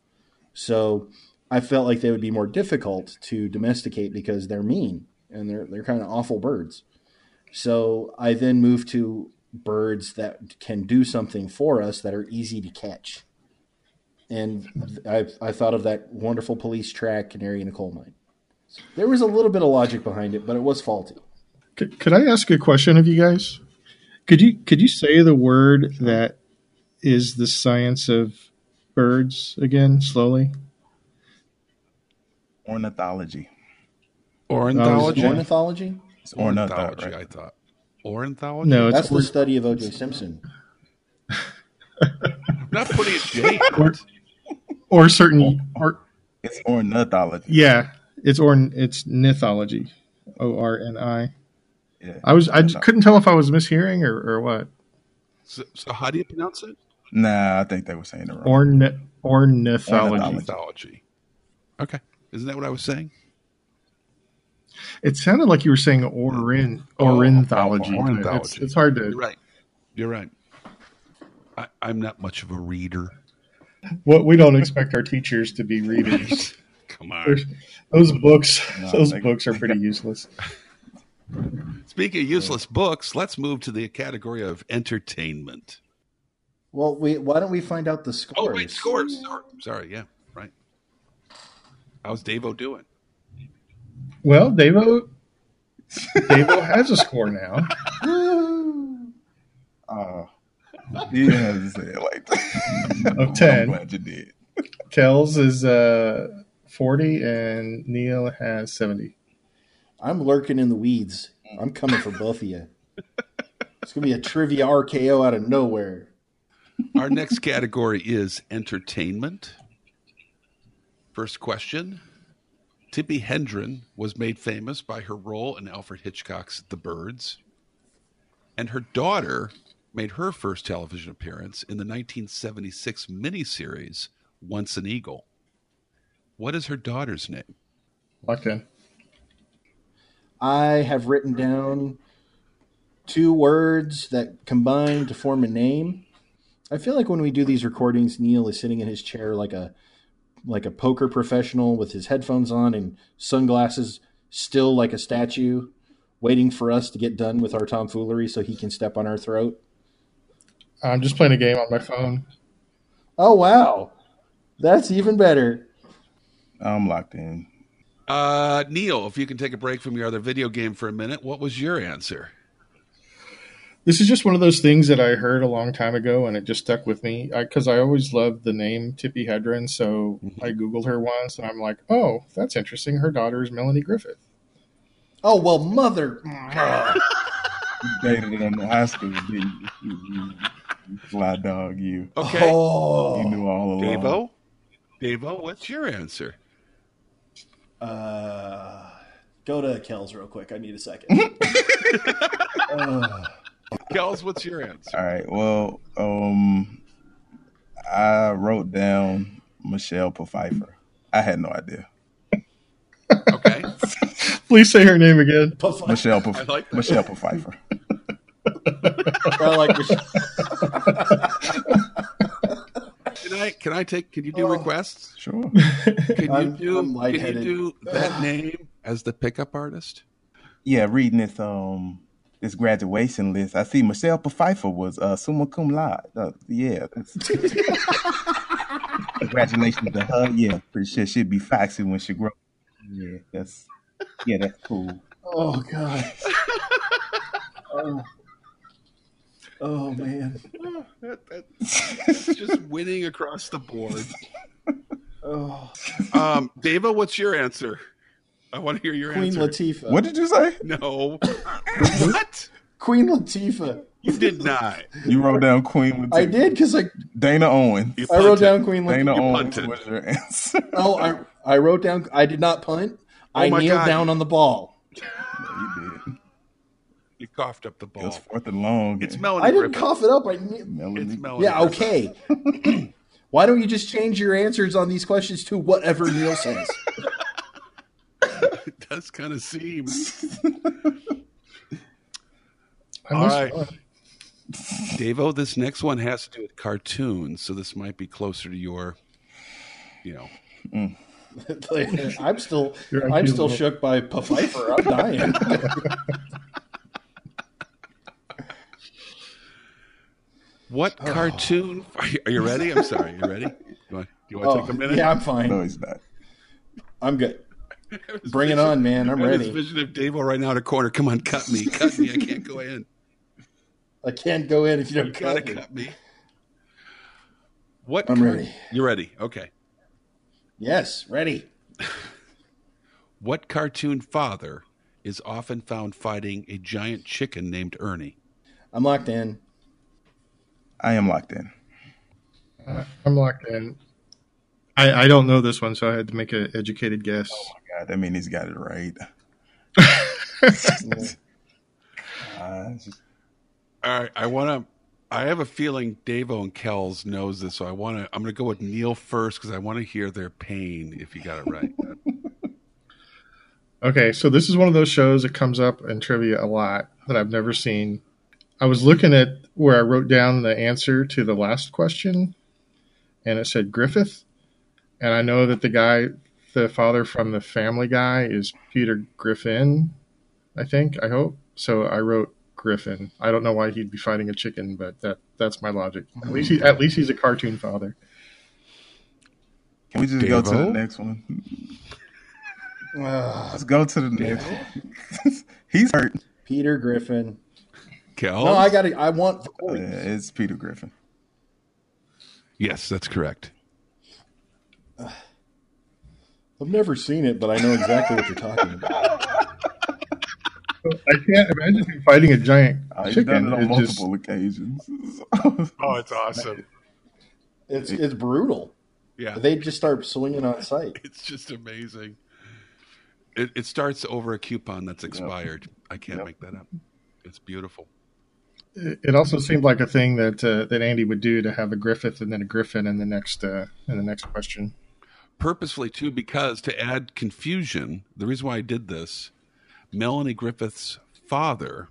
Speaker 1: So I felt like they would be more difficult to domesticate because they're mean and they're they're kind of awful birds. So I then moved to birds that can do something for us that are easy to catch and I, I thought of that wonderful police track, Canary in a Coal Mine. There was a little bit of logic behind it, but it was faulty.
Speaker 3: Could, could I ask a question of you guys? Could you could you say the word that is the science of birds again slowly?
Speaker 2: Ornithology.
Speaker 4: Ornithology.
Speaker 1: Ornithology?
Speaker 2: It's ornithology.
Speaker 4: I thought. Ornithology.
Speaker 3: No,
Speaker 1: That's
Speaker 3: it's
Speaker 1: the
Speaker 3: or,
Speaker 1: study of O.J. Simpson.
Speaker 4: I'm not putting it. Jake.
Speaker 3: or certain or
Speaker 2: It's ornithology.
Speaker 3: yeah, it's or it's mythology. O R N I.
Speaker 2: Yeah.
Speaker 3: I was I just couldn't tell if I was mishearing or, or what.
Speaker 4: So, so how do you pronounce it?
Speaker 2: Nah, I think they were saying it wrong.
Speaker 3: Orn ornithology.
Speaker 2: Ornithology.
Speaker 4: Ornithology. Okay. Isn't that what I was saying?
Speaker 3: It sounded like you were saying orin ornithology.
Speaker 4: ornithology.
Speaker 3: It's, it's hard
Speaker 4: You're
Speaker 3: to
Speaker 4: right. You're right. I, I'm not much of a reader.
Speaker 3: what we don't expect our teachers to be readers.
Speaker 4: Come on.
Speaker 3: There's- those books
Speaker 2: No,
Speaker 3: those
Speaker 2: they-
Speaker 3: books are pretty useless
Speaker 4: Speaking of useless books, let's move to the category of entertainment.
Speaker 1: Well, we why don't we find out the scores?
Speaker 4: Oh, wait, scores. Sorry. Sorry. Yeah. Right. How's Davo doing?
Speaker 3: well Davo Davo has a score now
Speaker 2: Oh. You didn't have to say it like that.
Speaker 3: Of 10.
Speaker 2: I'm glad you did.
Speaker 3: Kells is uh 40 and Neil has 70
Speaker 1: I'm lurking in the weeds. I'm coming for both of you. It's going to be a trivia RKO out of nowhere.
Speaker 4: Our next category is entertainment. First question Tippi Hendren was made famous by her role in Alfred Hitchcock's The Birds, and her daughter made her first television appearance in the 1976 miniseries Once an Eagle. What is her daughter's name?
Speaker 3: locked in
Speaker 1: I have written down two words that combine to form a name. I feel like when we do these recordings, Neil is sitting in his chair like a like a poker professional with his headphones on and sunglasses, still like a statue, waiting for us to get done with our tomfoolery so he can step on our throat.
Speaker 3: I'm just playing a game on my phone
Speaker 1: Oh wow, that's even better.
Speaker 2: I'm locked in.
Speaker 4: Uh, Neil, if you can take a break from your other video game for a minute, what was your answer?
Speaker 3: This is just one of those things that I heard a long time ago, and it just stuck with me because I, always loved the name Tippi Hedren. So I googled her once, and I'm like, "Oh, that's interesting. Her daughter is Melanie Griffith."
Speaker 1: Oh well, mother.
Speaker 2: You dated it in high school, didn't you? You- you- you Fly dog, you.
Speaker 4: Okay.
Speaker 1: Oh,
Speaker 2: You knew all along.
Speaker 4: Davo? Davo, what's your answer?
Speaker 1: Uh, go to Kells real quick. I need a second.
Speaker 4: Kels, what's your answer?
Speaker 2: All right. Well, um, I wrote down Michelle Pfeiffer. I had no idea.
Speaker 4: Okay.
Speaker 3: Please say her name again.
Speaker 1: Puff-
Speaker 2: Michelle
Speaker 4: I
Speaker 2: Pf-
Speaker 4: like that.
Speaker 2: Michelle Pfeiffer.
Speaker 1: I like Michelle.
Speaker 4: Can I can I take can you do
Speaker 1: Oh.
Speaker 4: requests?
Speaker 2: Sure.
Speaker 4: Can you
Speaker 1: I'm-
Speaker 4: do
Speaker 1: I'm
Speaker 4: can
Speaker 1: lightheaded.
Speaker 4: you do that name as the pickup artist?
Speaker 2: Yeah, reading this um this graduation list, I see Michelle Pfeiffer was uh, summa cum laude. Uh, yeah. that's- Congratulations to her. Yeah, pretty sure she'll be foxy when she grows. Yeah, that's yeah, that's cool.
Speaker 1: Oh god. oh. oh man.
Speaker 4: Oh, that- that- that's just winning across the board.
Speaker 1: Oh.
Speaker 4: Um, Dava, what's your answer? I want to hear your
Speaker 1: Queen
Speaker 4: answer.
Speaker 1: Latifah.
Speaker 2: What did you say?
Speaker 4: no. what?
Speaker 1: Queen Latifah.
Speaker 4: You did not.
Speaker 2: You wrote down Queen with
Speaker 1: I did because I
Speaker 2: Dana Owen.
Speaker 4: You
Speaker 1: I wrote
Speaker 4: punted.
Speaker 1: down Queen Latifah.
Speaker 2: Dana Owens
Speaker 4: punted.
Speaker 2: was your answer.
Speaker 1: Oh, I I wrote down. I did not punt. I
Speaker 4: Oh my
Speaker 1: kneeled
Speaker 4: God.
Speaker 1: down on the ball.
Speaker 2: you did.
Speaker 4: You coughed up the
Speaker 2: It was
Speaker 4: ball.
Speaker 2: fourth and long.
Speaker 4: It's Melanie.
Speaker 1: I didn't
Speaker 4: Griffith.
Speaker 1: cough it up. I kne-
Speaker 2: Melanie.
Speaker 4: It's Melanie.
Speaker 1: yeah.
Speaker 4: Griffith.
Speaker 1: Okay. Why don't you just change your answers on these questions to whatever Neil says?
Speaker 4: It does kind of seem.
Speaker 3: I
Speaker 4: All
Speaker 3: must-
Speaker 4: right. Davo, this next one has to do with cartoons, so this might be closer to your, you know.
Speaker 1: I'm still
Speaker 3: You're
Speaker 1: I'm still
Speaker 3: accusable.
Speaker 1: shook by Puff Pfeiffer. I'm dying.
Speaker 4: What
Speaker 1: Oh.
Speaker 4: cartoon? Are you, are you ready? I'm sorry. You ready? Do you want, do you want to
Speaker 1: Oh,
Speaker 4: take a minute?
Speaker 1: Yeah, I'm fine.
Speaker 2: No, he's not.
Speaker 1: I'm good. Bring it on, man. I'm
Speaker 4: I have this
Speaker 1: ready.
Speaker 4: vision of Davo right now in a corner. Come on, cut me. Cut me. I can't go in.
Speaker 1: I can't go in if you
Speaker 4: You
Speaker 1: don't
Speaker 4: gotta
Speaker 1: cut me.
Speaker 4: cut me. What?
Speaker 1: I'm
Speaker 4: car-
Speaker 1: ready.
Speaker 4: You're ready. Okay.
Speaker 1: Yes, ready.
Speaker 4: What cartoon father is often found fighting a giant chicken named Ernie?
Speaker 1: I'm locked in.
Speaker 2: I am locked in.
Speaker 3: Uh, I'm locked in. I, I don't know this one, so I had to make an educated guess.
Speaker 2: God, I mean, he's got it right. Uh, it's just-
Speaker 4: All right, I want to. I have a feeling Davo and Kells knows this, so I want to. I'm going to go with Neil first because I want to hear their pain. If you got it right, Uh,
Speaker 3: Okay, so this is one of those shows that comes up in trivia a lot that I've never seen. I was looking at where I wrote down the answer to the last question, and it said Griffith. And I know that the guy, the father from the family guy, is Peter Griffin, I think, I hope. So I wrote Griffin. I don't know why he'd be fighting a chicken, but that that's my logic. At least, he, at least he's a cartoon father.
Speaker 2: can we just go to the
Speaker 4: Davo?
Speaker 2: next one?
Speaker 1: Ugh,
Speaker 2: Let's go to the next one. he's hurt.
Speaker 1: Peter Griffin.
Speaker 4: Kells.
Speaker 1: No, I got to I want the
Speaker 2: Uh,
Speaker 1: points.
Speaker 2: it's Peter Griffin.
Speaker 4: Yes, that's correct.
Speaker 1: I've never seen it, but I know exactly what you're talking about.
Speaker 3: I can't imagine him fighting a giant
Speaker 2: Uh, he's
Speaker 3: chicken.
Speaker 2: done it on
Speaker 3: It just-
Speaker 2: multiple occasions.
Speaker 4: Oh, it's awesome.
Speaker 1: It's it's brutal.
Speaker 4: Yeah,
Speaker 1: They just start swinging on sight.
Speaker 4: it's just amazing. It, it starts over a coupon that's expired. I can't
Speaker 2: Yep.
Speaker 4: make that up. It's beautiful.
Speaker 3: It it also seemed like a thing that uh, that Andy would do to have a Griffith and then a Griffin in the next uh, in the next question.
Speaker 4: purposefully too because to add confusion the reason why i did this melanie griffith's father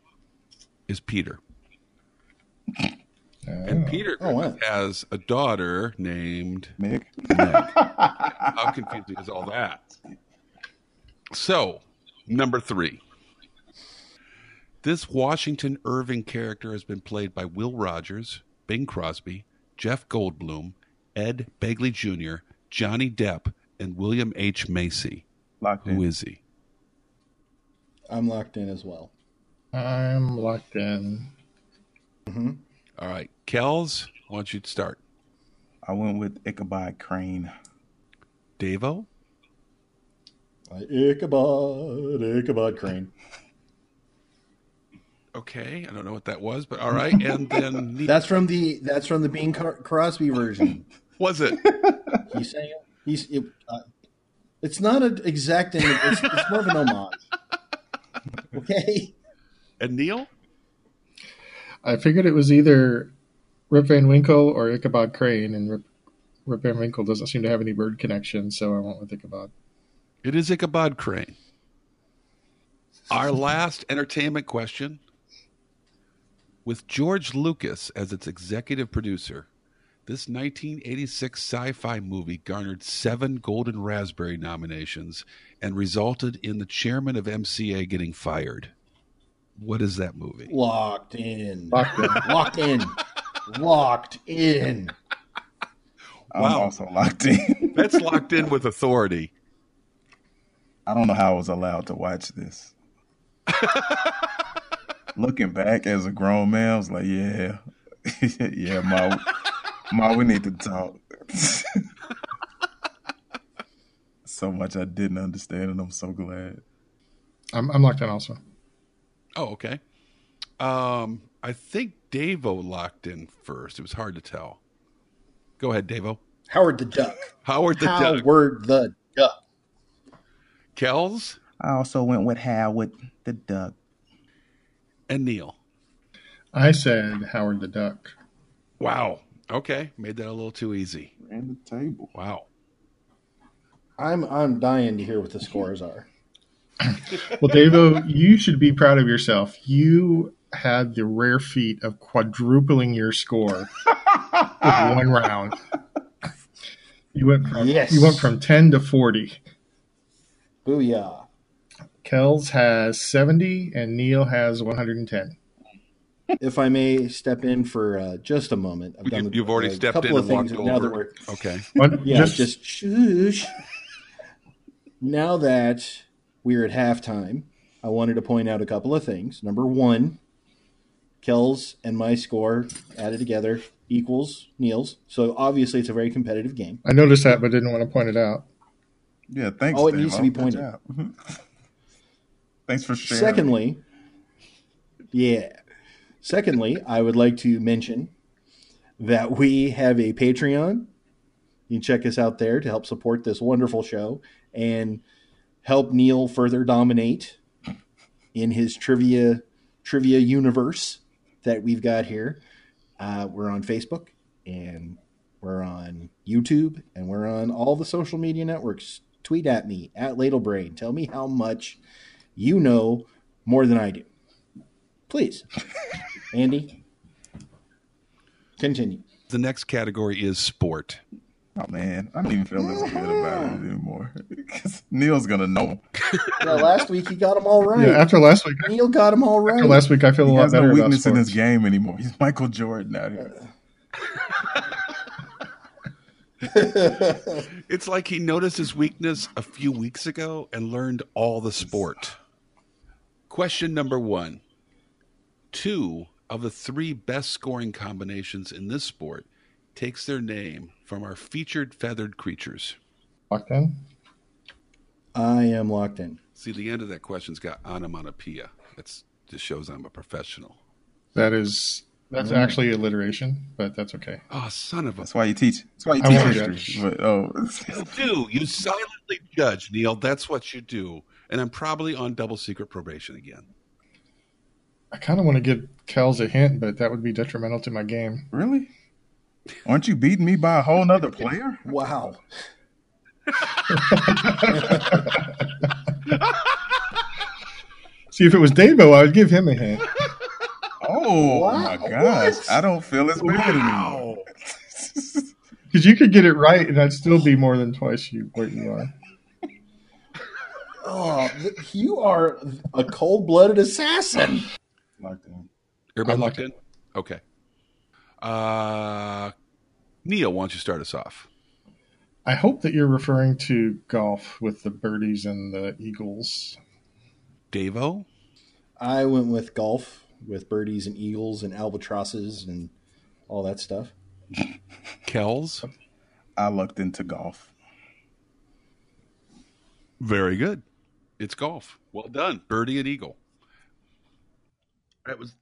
Speaker 4: is peter and peter
Speaker 1: Oh, wow.
Speaker 4: Griffith has a daughter named
Speaker 2: Meg.
Speaker 4: how confusing is all that so number three this washington irving character has been played by will rogers bing crosby jeff goldblum ed begley jr johnny depp and william h macy
Speaker 2: Locked in.
Speaker 4: who is he?
Speaker 1: I'm locked in as well.
Speaker 3: I'm locked in.
Speaker 4: All right, Kells, why don't you start?
Speaker 2: I went with Ichabod Crane.
Speaker 4: Davo,
Speaker 1: Like Ichabod, Ichabod Crane.
Speaker 4: okay, I don't know what that was, but all right. And then Neat-
Speaker 1: That's from the that's from the Bing Car- Crosby version.
Speaker 4: was it?
Speaker 1: He sang it. He's it, uh, it's not an exact. Image. It's, it's more of an homage. Okay.
Speaker 4: And Neil,
Speaker 3: I figured it was either Rip Van Winkle or Ichabod Crane, and Rip, Rip Van Winkle doesn't seem to have any bird connection, so I went with Ichabod.
Speaker 4: it is Ichabod Crane. Our last entertainment question. With George Lucas as its executive producer, this 1986 sci fi movie garnered seven Golden Raspberry nominations and resulted in the chairman of MCA getting fired. What is that movie?
Speaker 1: Locked in.
Speaker 3: Locked in.
Speaker 1: Locked in. Locked in.
Speaker 2: I'm
Speaker 4: Wow.
Speaker 2: also locked in.
Speaker 4: That's locked in with authority.
Speaker 2: I don't know how I was allowed to watch this. Looking back as a grown man, I was like, yeah, yeah, ma, ma, we need to talk. so much I didn't understand, and I'm so glad.
Speaker 3: I'm, I'm locked in also.
Speaker 4: Oh, okay. Um, I think Davo locked in first. It was hard to tell. Go ahead, Davo.
Speaker 1: Howard the Duck.
Speaker 4: Howard the Duck.
Speaker 1: Howard the Duck.
Speaker 4: Kells
Speaker 2: I also went with Howard the Duck.
Speaker 4: and Neil.
Speaker 3: I said Howard the Duck.
Speaker 4: Wow. Okay. Made that a little too easy.
Speaker 2: Ran the table.
Speaker 4: Wow.
Speaker 1: I'm I'm dying to hear what the scores are.
Speaker 3: Well, Davo, you should be proud of yourself. You had the rare feat of quadrupling your score in one round. You went from
Speaker 1: Yes.
Speaker 3: you went from ten to forty.
Speaker 1: Booyah.
Speaker 3: Kells has seventy, and Neil has one hundred and ten.
Speaker 1: If I may step in for uh, just a moment, I've
Speaker 4: You, have already
Speaker 1: a
Speaker 4: stepped
Speaker 1: couple
Speaker 4: in
Speaker 1: of
Speaker 4: and walked
Speaker 1: things now that
Speaker 4: over.
Speaker 1: we're
Speaker 4: Okay.
Speaker 1: yeah, just, shush. Now that we're at halftime, I wanted to point out a couple of things. Number one, Kells and my score added together equals Neil's. So obviously, it's a very competitive game.
Speaker 3: I noticed that, but didn't want to point it out.
Speaker 2: Yeah, thanks.
Speaker 1: Oh, it
Speaker 2: Dave.
Speaker 1: needs to be
Speaker 2: Good
Speaker 1: pointed.
Speaker 2: job. thanks for sharing.
Speaker 1: Secondly, yeah. Secondly, I would like to mention that we have a Patreon. You can check us out there to help support this wonderful show and help Neil further dominate in his trivia trivia universe that we've got here. Uh, we're on Facebook and we're on YouTube and we're on all the social media networks. Tweet at me at Ladlebrain. Tell me how much you know more than I do. Please, Andy, continue.
Speaker 4: The next category is sport.
Speaker 2: Oh man, I don't even feel as good about it anymore. 'Cause Neil's gonna know.
Speaker 1: Yeah, last week he got them all right.
Speaker 3: Yeah, after last week,
Speaker 1: Neil got them all right.
Speaker 3: after last week, I feel a
Speaker 2: He
Speaker 3: lot
Speaker 2: has
Speaker 3: better
Speaker 2: no
Speaker 3: about
Speaker 2: weakness in
Speaker 3: sports.
Speaker 2: his game anymore. He's Michael Jordan out here.
Speaker 4: It's like he noticed his weakness a few weeks ago and learned all the sport. Question number one Two of the three best scoring combinations in this sport takes their name from our featured feathered creatures.
Speaker 3: Locked in.
Speaker 1: I am locked in.
Speaker 4: See, the end of that question's got onomatopoeia. That's just shows I'm a professional.
Speaker 3: That is that's
Speaker 1: Mm-hmm.
Speaker 3: actually alliteration, but that's okay.
Speaker 4: Oh, son of a.
Speaker 2: That's why you teach. That's why you
Speaker 3: I
Speaker 2: teach
Speaker 3: won't
Speaker 2: history.
Speaker 3: judge.
Speaker 2: But, oh,
Speaker 4: You do. You silently judge, Neil. That's what you do. And I'm probably on double secret probation again.
Speaker 3: I kind of want to give Kells a hint, but that would be detrimental to my game.
Speaker 2: really? Aren't you beating me by a whole nother player?
Speaker 1: Wow.
Speaker 3: See, if it was Davo, I would give him a hint.
Speaker 2: Oh
Speaker 1: Wow,
Speaker 2: my gosh,
Speaker 1: what?
Speaker 2: I don't feel as bad anymore.
Speaker 3: Because you could get it right, and I'd still be more than twice you what you are.
Speaker 1: Oh, th- you are a cold blooded assassin.
Speaker 2: Locked in.
Speaker 4: Everybody
Speaker 3: I'm
Speaker 4: locked in?
Speaker 3: locked
Speaker 4: Okay. Uh, Neil, why don't you start us off?
Speaker 3: I hope that you're referring to golf with the birdies and the eagles.
Speaker 4: Davo?
Speaker 1: I went with golf with birdies and eagles and albatrosses and all that stuff.
Speaker 4: Kells.
Speaker 2: I lucked into golf.
Speaker 4: Very good. It's golf. Well done, birdie and eagle. That was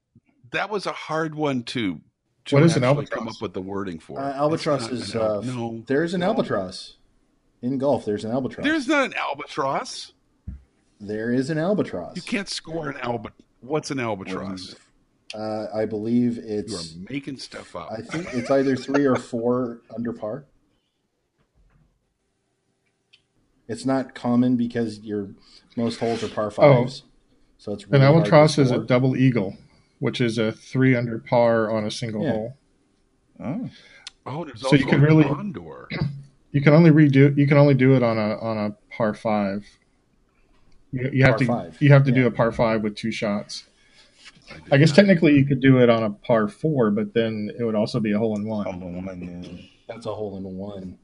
Speaker 4: that was a hard one to. to
Speaker 3: What is an
Speaker 4: actually Come
Speaker 3: albatross?
Speaker 4: up with the wording for
Speaker 1: Uh,
Speaker 4: it.
Speaker 1: albatross
Speaker 4: It's not
Speaker 1: is
Speaker 4: an
Speaker 1: uh,
Speaker 4: al- no.
Speaker 1: There's an albatross in golf. There's an albatross.
Speaker 4: There's not an albatross.
Speaker 1: There is an albatross.
Speaker 4: You can't score an albat. What's an albatross?
Speaker 1: Uh, I believe
Speaker 4: You are
Speaker 1: it's.
Speaker 4: making stuff up.
Speaker 1: I think it's either three or four under par. It's not common because your most holes are par fives, so it's
Speaker 3: An
Speaker 1: really hard to
Speaker 3: Oh. albatross is a
Speaker 1: score.
Speaker 3: double eagle, which is a three under par on a single
Speaker 1: Yeah.
Speaker 3: hole.
Speaker 2: Oh,
Speaker 4: oh, there's
Speaker 3: so
Speaker 4: also
Speaker 3: you could
Speaker 4: a
Speaker 3: really-
Speaker 4: condor.
Speaker 3: You can only redo. You can only do it on a on a par five. You, you have
Speaker 1: Par
Speaker 3: to
Speaker 1: five,
Speaker 3: you have to do
Speaker 1: yeah.
Speaker 3: a par five with two shots.
Speaker 4: did
Speaker 3: I guess technically you could do it on a par four, but then it would also be a hole in
Speaker 1: Um,
Speaker 3: one.
Speaker 2: all in one. yeah.
Speaker 1: That's a hole in one.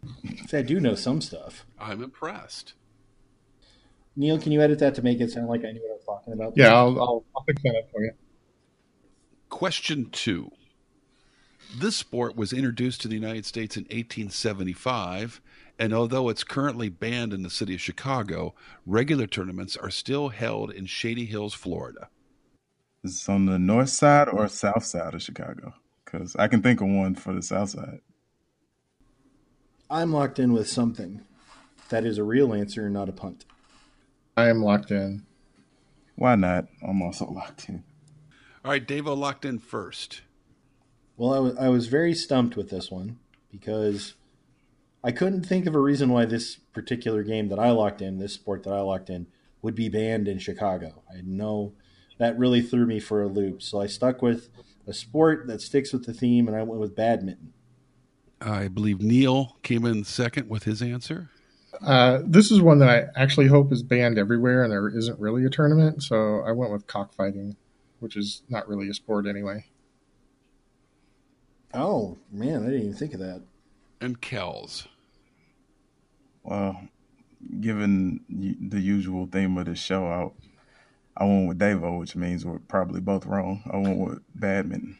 Speaker 1: See, I do know some stuff.
Speaker 4: I'm impressed.
Speaker 1: Neil, can you edit that to make it sound like I knew what I was talking about?
Speaker 3: Yeah, I'll, I'll, I'll pick that up for you.
Speaker 4: Question two. This sport was introduced to the United States in 1875, and although it's currently banned in the city of Chicago, regular tournaments are still held in Shady Hills, Florida.
Speaker 2: Is this on the north side or south side of Chicago? Because I can think of one for the south side.
Speaker 1: I'm locked in with something that is a real answer and not a punt.
Speaker 3: I am locked in.
Speaker 2: Why not? I'm also locked in.
Speaker 4: All right, Davo locked in first.
Speaker 1: Well, I was, I was very stumped with this one because I couldn't think of a reason why this particular game that I locked in, this sport that I locked in, would be banned in Chicago. I know that really threw me for a loop. So I stuck with a sport that sticks with the theme, and I went with badminton.
Speaker 4: I believe Neil came in second with his answer.
Speaker 3: Uh, this is one that I actually hope is banned everywhere, and there isn't really a tournament. So I went with cockfighting, which is not really a sport anyway.
Speaker 1: Oh, man, I didn't even think of that.
Speaker 4: And Kells.
Speaker 2: Well, given y- the usual theme of the show, I, I went with Devo, which means we're probably both wrong. I went with badminton.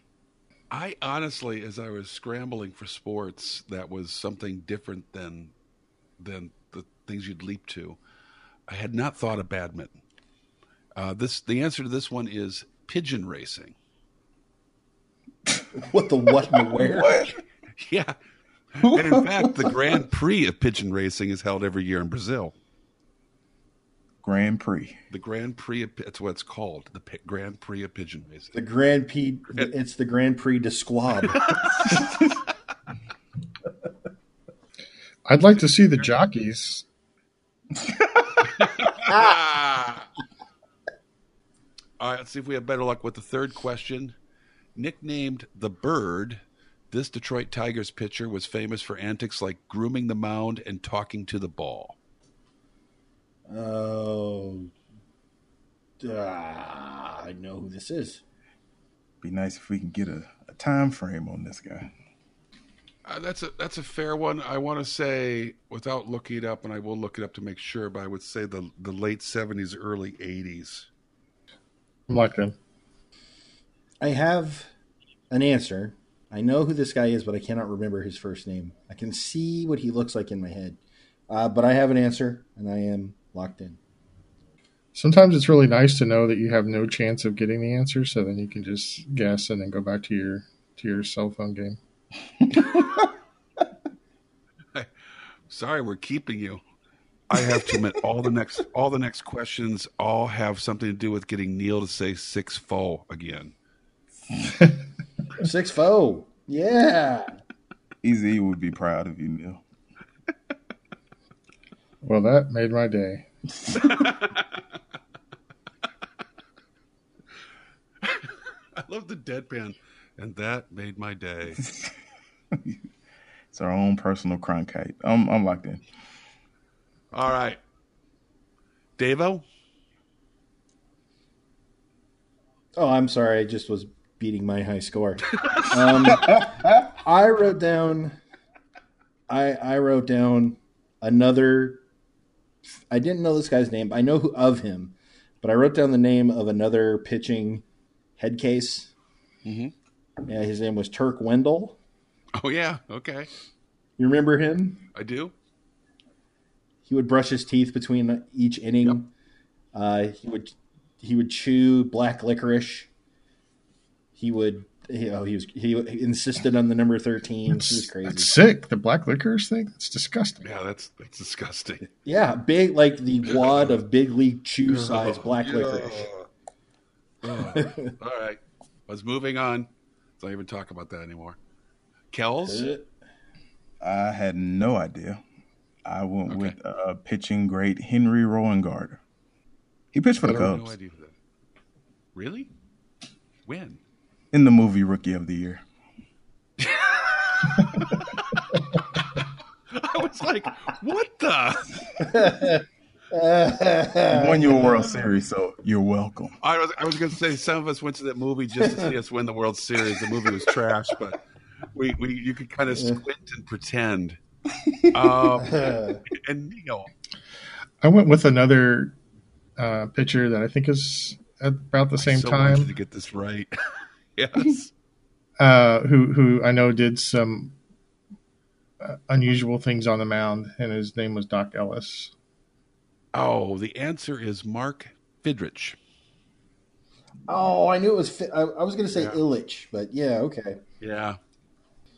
Speaker 4: I honestly, as I was scrambling for sports, that was something different than than the things you'd leap to. I had not thought of badminton. Uh, this the answer to this one is pigeon racing.
Speaker 1: What the what and the where?
Speaker 2: What?
Speaker 4: Yeah, and in fact, the Grand Prix of pigeon racing is held every year in Brazil.
Speaker 2: Grand Prix.
Speaker 4: The Grand Prix of, that's what it's called. The P- Grand Prix of pigeon racing.
Speaker 1: The Grand Prix. It's the Grand Prix de Squab.
Speaker 3: I'd like to see the jockeys.
Speaker 4: All right, let's see if we have better luck with the third question. Nicknamed the Bird, this Detroit Tigers pitcher was famous for antics like grooming the mound and talking to the ball.
Speaker 1: Oh, ah, I know who this is.
Speaker 2: Be nice if we can get a, a time frame on this guy.
Speaker 4: Uh, that's a that's a fair one. I want to say without looking it up, and I will look it up to make sure. But I would say the the late seventies, early eighties.
Speaker 3: I'm locked in.
Speaker 1: I have an answer. I know who this guy is, but I cannot remember his first name. I can see what he looks like in my head, uh, but I have an answer, and I am locked in.
Speaker 3: Sometimes it's really nice to know that you have no chance of getting the answer, so then you can just guess and then go back to your to your cell phone game.
Speaker 4: Sorry, we're keeping you. I have to admit, all the next all the next questions all have something to do with getting Neil to say six fall again.
Speaker 1: Six foe. Yeah.
Speaker 2: Easy would be proud of you, Neil.
Speaker 3: Well, that made my day.
Speaker 4: I love the deadpan, and that made my day.
Speaker 2: It's our own personal cronkite. I'm, I'm locked in.
Speaker 4: All right, Davo.
Speaker 1: Oh, I'm sorry. I just was beating my high score. Um, I wrote down. I I wrote down another. I didn't know this guy's name. I know who, of him, but I wrote down the name of another pitching head case.
Speaker 4: Mm-hmm.
Speaker 1: Yeah, his name was Turk Wendell.
Speaker 4: Oh yeah. Okay.
Speaker 1: You remember him?
Speaker 4: I do.
Speaker 1: he would brush his teeth between each inning. Uh, he would he would chew black licorice. He would you know, he was he insisted on the number thirteen. He was crazy.
Speaker 3: That's sick. The black licorice thing? That's disgusting.
Speaker 4: Yeah, that's that's disgusting.
Speaker 1: Yeah, big like the wad of big league chew size black licorice.
Speaker 4: Ugh. all right. Let's moving on. Let's not even talk about that anymore. Kells?
Speaker 2: I had no idea. I went
Speaker 4: Okay.
Speaker 2: with uh, pitching great Henry Rowengarder. He pitched for the
Speaker 4: I have no
Speaker 2: Cubs
Speaker 4: idea who that. Really? When?
Speaker 2: in the movie Rookie of the Year.
Speaker 4: I was like, what the?
Speaker 2: Won you a World Series, so you're welcome.
Speaker 4: I was I was going to say some of us went to that movie just to see us win the World Series. The movie was trash, but we, we you could kind of squint and pretend. Um, and Neil,
Speaker 3: I went with another uh, pitcher that I think is about the same
Speaker 4: so wanted
Speaker 3: time.
Speaker 4: to get this right. yes,
Speaker 3: uh, who who I know did some uh, unusual things on the mound, and his name was Doc Ellis.
Speaker 4: Oh, the answer is Mark Fidrich.
Speaker 1: Oh, I knew it was. Fi- I, I was going to say Illich, but yeah, okay.
Speaker 4: Yeah.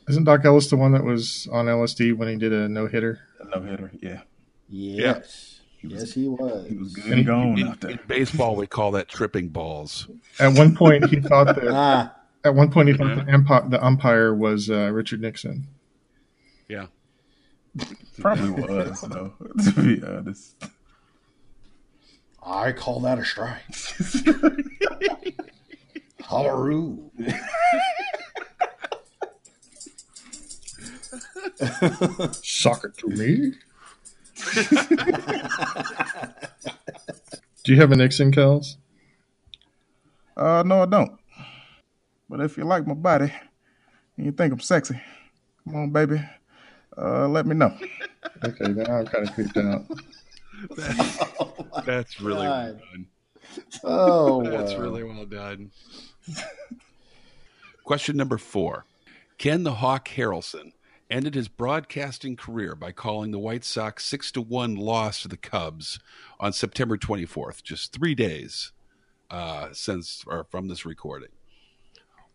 Speaker 3: Isn't Doc Ellis the one that was on LSD when he did a no hitter?
Speaker 2: No hitter, yeah.
Speaker 1: Yes, yes, he was.
Speaker 2: He was good and gone
Speaker 4: In,
Speaker 2: out there.
Speaker 4: in baseball, we call that tripping balls.
Speaker 3: At one point, he thought that
Speaker 1: Ah,
Speaker 3: at one point he thought the, empire, the umpire was uh, Richard Nixon.
Speaker 4: Yeah.
Speaker 2: Probably was, though, to be honest.
Speaker 1: I call that a strike. Hallelujah.
Speaker 3: Soccer to me. Do you have a Nixon, Kells?
Speaker 2: Uh, no, I don't. But if you like my body and you think I'm sexy, come on, baby, uh, let me know.
Speaker 3: Okay, now I'm kind of creeped out.
Speaker 4: That's, that's really well
Speaker 1: God.
Speaker 4: done.
Speaker 1: Oh,
Speaker 4: That's
Speaker 1: wow.
Speaker 4: really well done. Question number four Ken the Hawk Harrelson ended his broadcasting career by calling the White Sox 6 to 1 loss to the Cubs on September 24th, just three days uh, since or from this recording.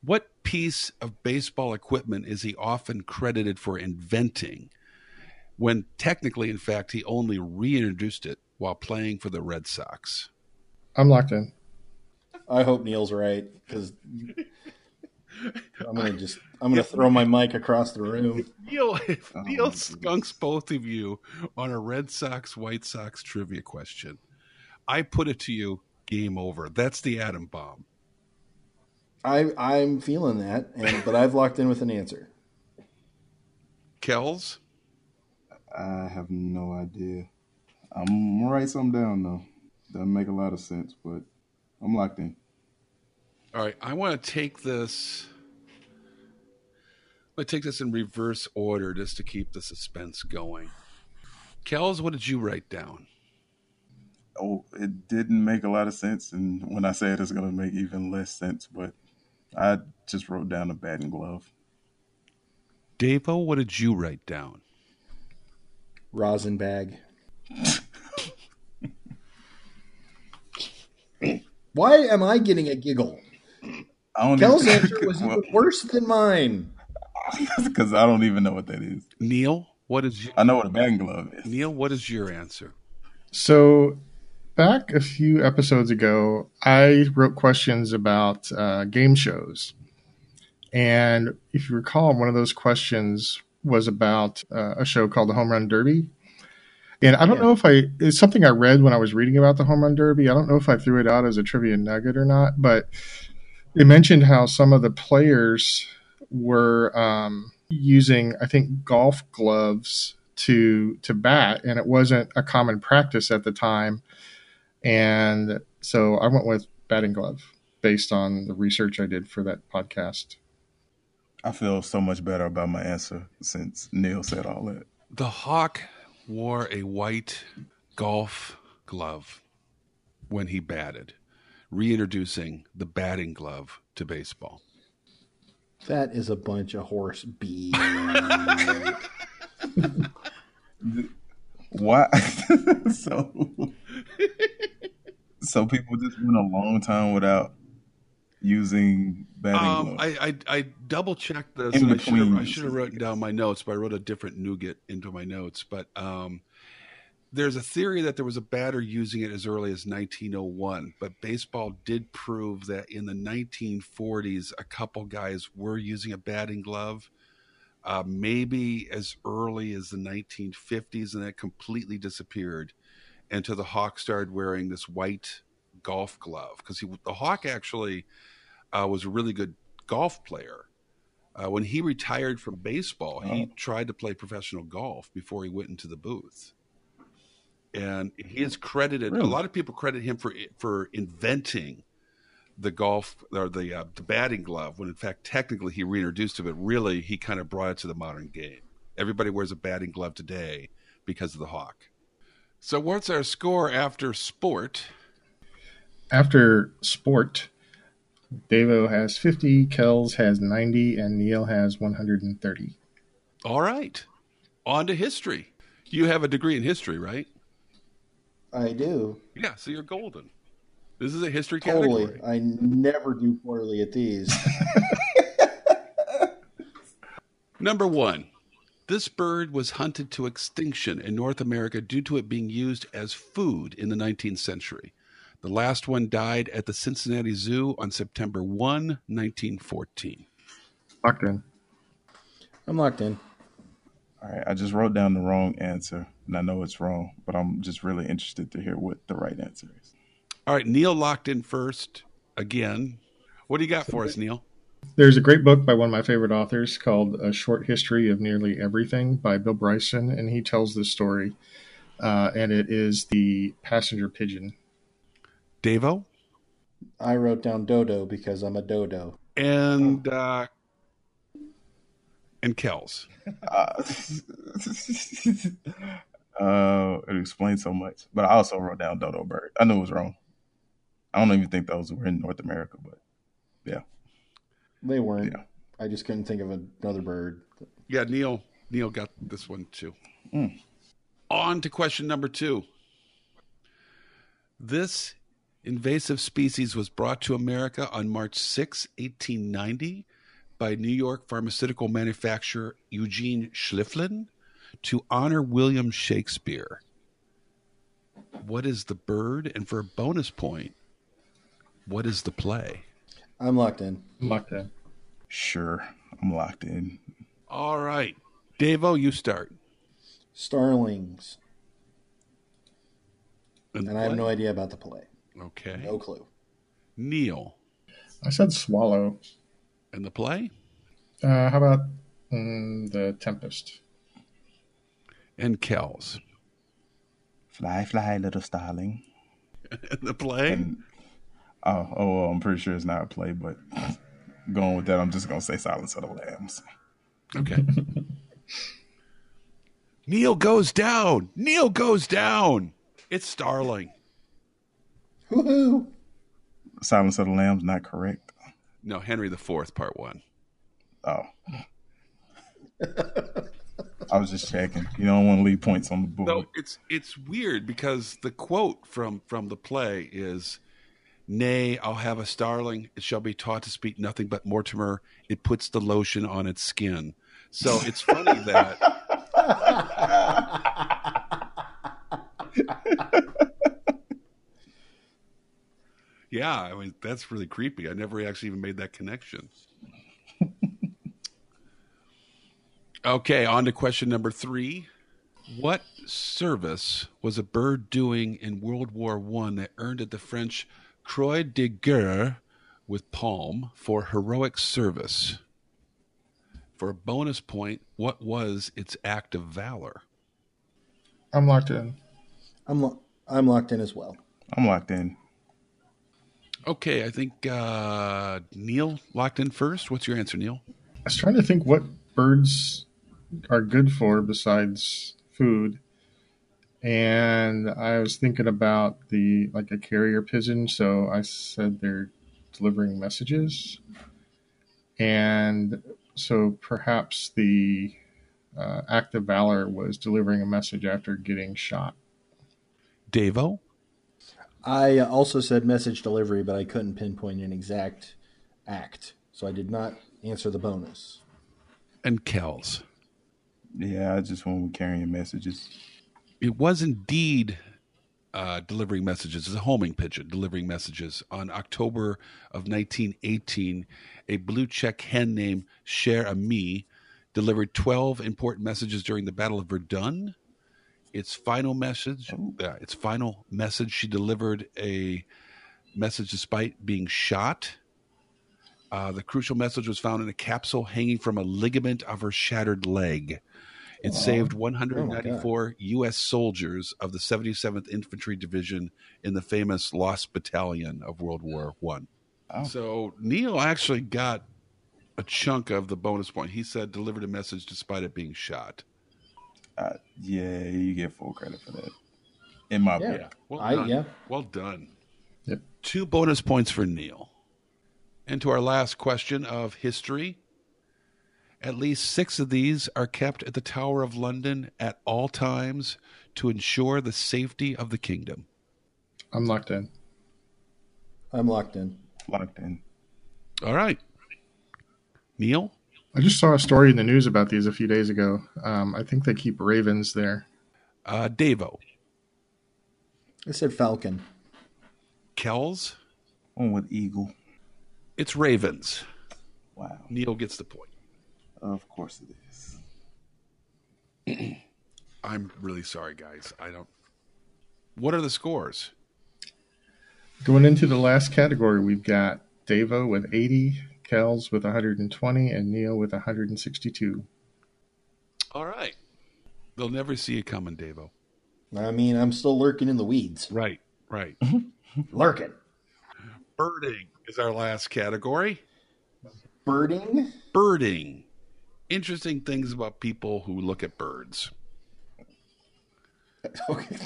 Speaker 4: What piece of baseball equipment is he often credited for inventing when technically, in fact, he only reintroduced it while playing for the Red Sox?
Speaker 3: I'm locked in.
Speaker 1: I hope Neil's right because I'm gonna just I'm gonna throw my mic across the room.
Speaker 4: Neil, if
Speaker 2: Oh,
Speaker 4: Neil
Speaker 2: my
Speaker 4: skunks both of you on a Red Sox White Sox trivia question, I put it to you. Game over. That's the atom bomb.
Speaker 1: I I'm feeling that, and but I've locked in with an answer.
Speaker 4: Kells,
Speaker 2: I have no idea. I'm gonna write something down though. Doesn't make a lot of sense, but I'm locked in.
Speaker 4: all right. I want to take this. I'm gonna take this in reverse order just to keep the suspense going. Kells, what did you write down?
Speaker 2: Oh, it didn't make a lot of sense, and when I say it, it's gonna make even less sense. But I just wrote down a batting glove.
Speaker 4: Davo, what did you write down?
Speaker 1: Rosin bag. Why am I getting a giggle?
Speaker 2: I don't
Speaker 1: Kel's
Speaker 2: even,
Speaker 1: answer was even worse than mine.
Speaker 2: because I don't even know what that is.
Speaker 4: Neil, what is you,
Speaker 2: I know what a batting glove is.
Speaker 4: Neil? What is your answer?
Speaker 3: So, back a few episodes ago, I wrote questions about uh, game shows. And if you recall, one of those questions was about uh, a show called the Home Run Derby. And I don't know if I, it's something I read when I was reading about the Home Run Derby. I don't know if I threw it out as a trivia nugget or not, but it mentioned how some of the players were um, using, I think, golf gloves to to bat and it wasn't a common practice at the time and so i went with batting glove based on the research i did for that podcast
Speaker 2: I feel so much better about my answer since Neil said all that.
Speaker 4: The hawk wore a white golf glove when he batted. reintroducing the batting glove to baseball.
Speaker 1: That is a bunch of horse B.
Speaker 2: Why? so, so people just went a long time without using batting
Speaker 4: Um,
Speaker 2: gloves.
Speaker 4: I, I I double checked this.
Speaker 2: In
Speaker 4: and I should have
Speaker 2: between
Speaker 4: I should have
Speaker 2: uses.
Speaker 4: written down my notes, but I wrote a different nougat into my notes. But um, there's a theory that there was a batter using it as early as 1901, but baseball did prove that in the 1940s, a couple guys were using a batting glove. Uh, maybe as early as the 1950s, and that completely disappeared until the Hawk started wearing this white golf glove because the Hawk actually uh, was a really good golf player. Uh, when he retired from baseball, he
Speaker 2: Oh.
Speaker 4: tried to play professional golf before he went into the booth. And he is credited. A
Speaker 2: Really?
Speaker 4: lot of people credit him for for inventing the golf or the, uh, the batting glove. When in fact, technically, he reintroduced it, but really, he kind of brought it to the modern game. Everybody wears a batting glove today because of the hawk. So, what's our score after sport?
Speaker 3: After sport, Davo has 50, Kells has 90, and Neil has 130.
Speaker 4: All right. On to history. You have a degree in history, right?
Speaker 1: I do.
Speaker 4: Yeah, so you're golden. This is a history
Speaker 1: Totally.
Speaker 4: category.
Speaker 1: I never do poorly at these.
Speaker 4: Number one this bird was hunted to extinction in North America due to it being used as food in the 19th century. The last one died at the Cincinnati Zoo on September 1, 1914.
Speaker 3: Locked in.
Speaker 1: I'm locked in.
Speaker 2: All right, I just wrote down the wrong answer, and I know it's wrong, but I'm just really interested to hear what the right answer is.
Speaker 4: All right, Neil locked in first again. What do you got for us, Neil?
Speaker 3: There's a great book by one of my favorite authors called A Short History of Nearly Everything by Bill Bryson, and he tells this story, uh, and it is the passenger pigeon.
Speaker 4: Davo?
Speaker 1: I wrote down dodo because I'm a dodo.
Speaker 4: And, uh, and Kells.
Speaker 2: Uh, uh, it explains so much, but I also wrote down Dodo Bird. I knew it was wrong. I don't even think those were in North America, but
Speaker 1: They weren't.
Speaker 2: Yeah.
Speaker 1: I just couldn't think of another bird.
Speaker 4: Yeah, Neil. Neil got this one too.
Speaker 1: Hmm.
Speaker 2: Mm.
Speaker 4: On to question number two. This invasive species was brought to America on March 6, 1890, by New York pharmaceutical manufacturer Eugene Schliflin to honor William Shakespeare. What is the bird? And for a bonus point, what is the play?
Speaker 1: I'm locked in.
Speaker 3: Locked in.
Speaker 2: sure, I'm locked in.
Speaker 4: All right. Davo, you start.
Speaker 1: Starlings.
Speaker 4: And,
Speaker 1: And I have no idea about the play.
Speaker 4: Okay.
Speaker 1: No clue.
Speaker 4: Neil.
Speaker 3: I said swallow.
Speaker 4: And the play?
Speaker 3: Uh, how about mm, the Tempest?
Speaker 4: and Kells.
Speaker 2: Fly, fly, little starling.
Speaker 4: And the play?
Speaker 2: And oh, oh, well, I'm pretty sure it's not a play, but going with that, I'm just gonna say Silence of the Lambs.
Speaker 4: Okay. Neil goes down. Neil goes down. It's Starling.
Speaker 1: Woohoo!
Speaker 2: Silence of the Lambs, not correct.
Speaker 4: No, Henry the Fourth, Part One.
Speaker 2: Oh. I was just checking. You don't want to leave points on the board.
Speaker 4: No, it's it's weird because the quote from from the play is, "Nay, I'll have a starling. It shall be taught to speak nothing but Mortimer. It puts the lotion on its skin." So it's funny that Yeah, I mean that's really creepy. I never actually even made that connection. okay, on to question number three. What service was a bird doing in World War One that earned it the French Croix de Guerre with palm for heroic service? For a bonus point, what was its act of valor?
Speaker 3: I'm locked in.
Speaker 1: I'm lo- I'm locked in as well.
Speaker 2: I'm locked in.
Speaker 4: Okay, I think uh, Neil locked in first. What's your answer, Neil?
Speaker 3: I was trying to think what birds are good for besides food, and I was thinking about the like a carrier pigeon, so I said they're delivering messages, and so perhaps the uh, act of valor was delivering a message after getting shot.
Speaker 4: Davo?
Speaker 1: I uh, also said message delivery, but I couldn't pinpoint an exact act, so I did not answer the bonus.
Speaker 4: And Kells.
Speaker 2: Yeah, I just went with carrying messages.
Speaker 4: It was indeed uh, delivering messages. It's a homing pigeon delivering messages. On October of 1918, a blue check hen named Cher Ami delivered 12 important messages during the Battle of Verdun. Its final message, uh, its final message, she delivered a message despite being shot. Uh, the crucial message was found in a capsule hanging from a ligament of her shattered leg. It saved 194 U.S. soldiers of the 77th Infantry Division in the famous Lost Battalion of World War One.
Speaker 2: Oh.
Speaker 4: So Neil actually got a chunk of the bonus point. He said delivered a message despite it being shot.
Speaker 2: Uh, yeah, you get full credit for that. In my
Speaker 1: Yeah.
Speaker 2: book,
Speaker 4: Well
Speaker 1: I-
Speaker 4: done.
Speaker 1: yeah.
Speaker 4: Well done.
Speaker 3: Yep.
Speaker 4: Two bonus points for Neil. And to our last question of history. At least six of these are kept at the Tower of London at all times to ensure the safety of the kingdom.
Speaker 3: I'm locked in.
Speaker 1: I'm locked in.
Speaker 2: locked in.
Speaker 4: All right. Neil?
Speaker 3: I just saw a story in the news about these a few days ago. Um, I think they keep ravens there.
Speaker 4: Uh, Davo.
Speaker 1: I said Falcon.
Speaker 4: Kells?
Speaker 2: Went with eagle.
Speaker 4: It's Ravens.
Speaker 2: Wow,
Speaker 4: Neil gets the point.
Speaker 2: of course it is.
Speaker 4: I'm really sorry, guys. I don't. What are the scores?
Speaker 3: Going into the last category, we've got Davo with 80, Kells with 120, and Neil with 162.
Speaker 4: All right. They'll never see it coming, Davo.
Speaker 1: I mean, I'm still lurking in the weeds.
Speaker 4: Right, right.
Speaker 1: Lurking.
Speaker 4: Birding is our last category.
Speaker 1: Birding?
Speaker 4: Birding. Interesting things about people who look at birds.
Speaker 1: Okay.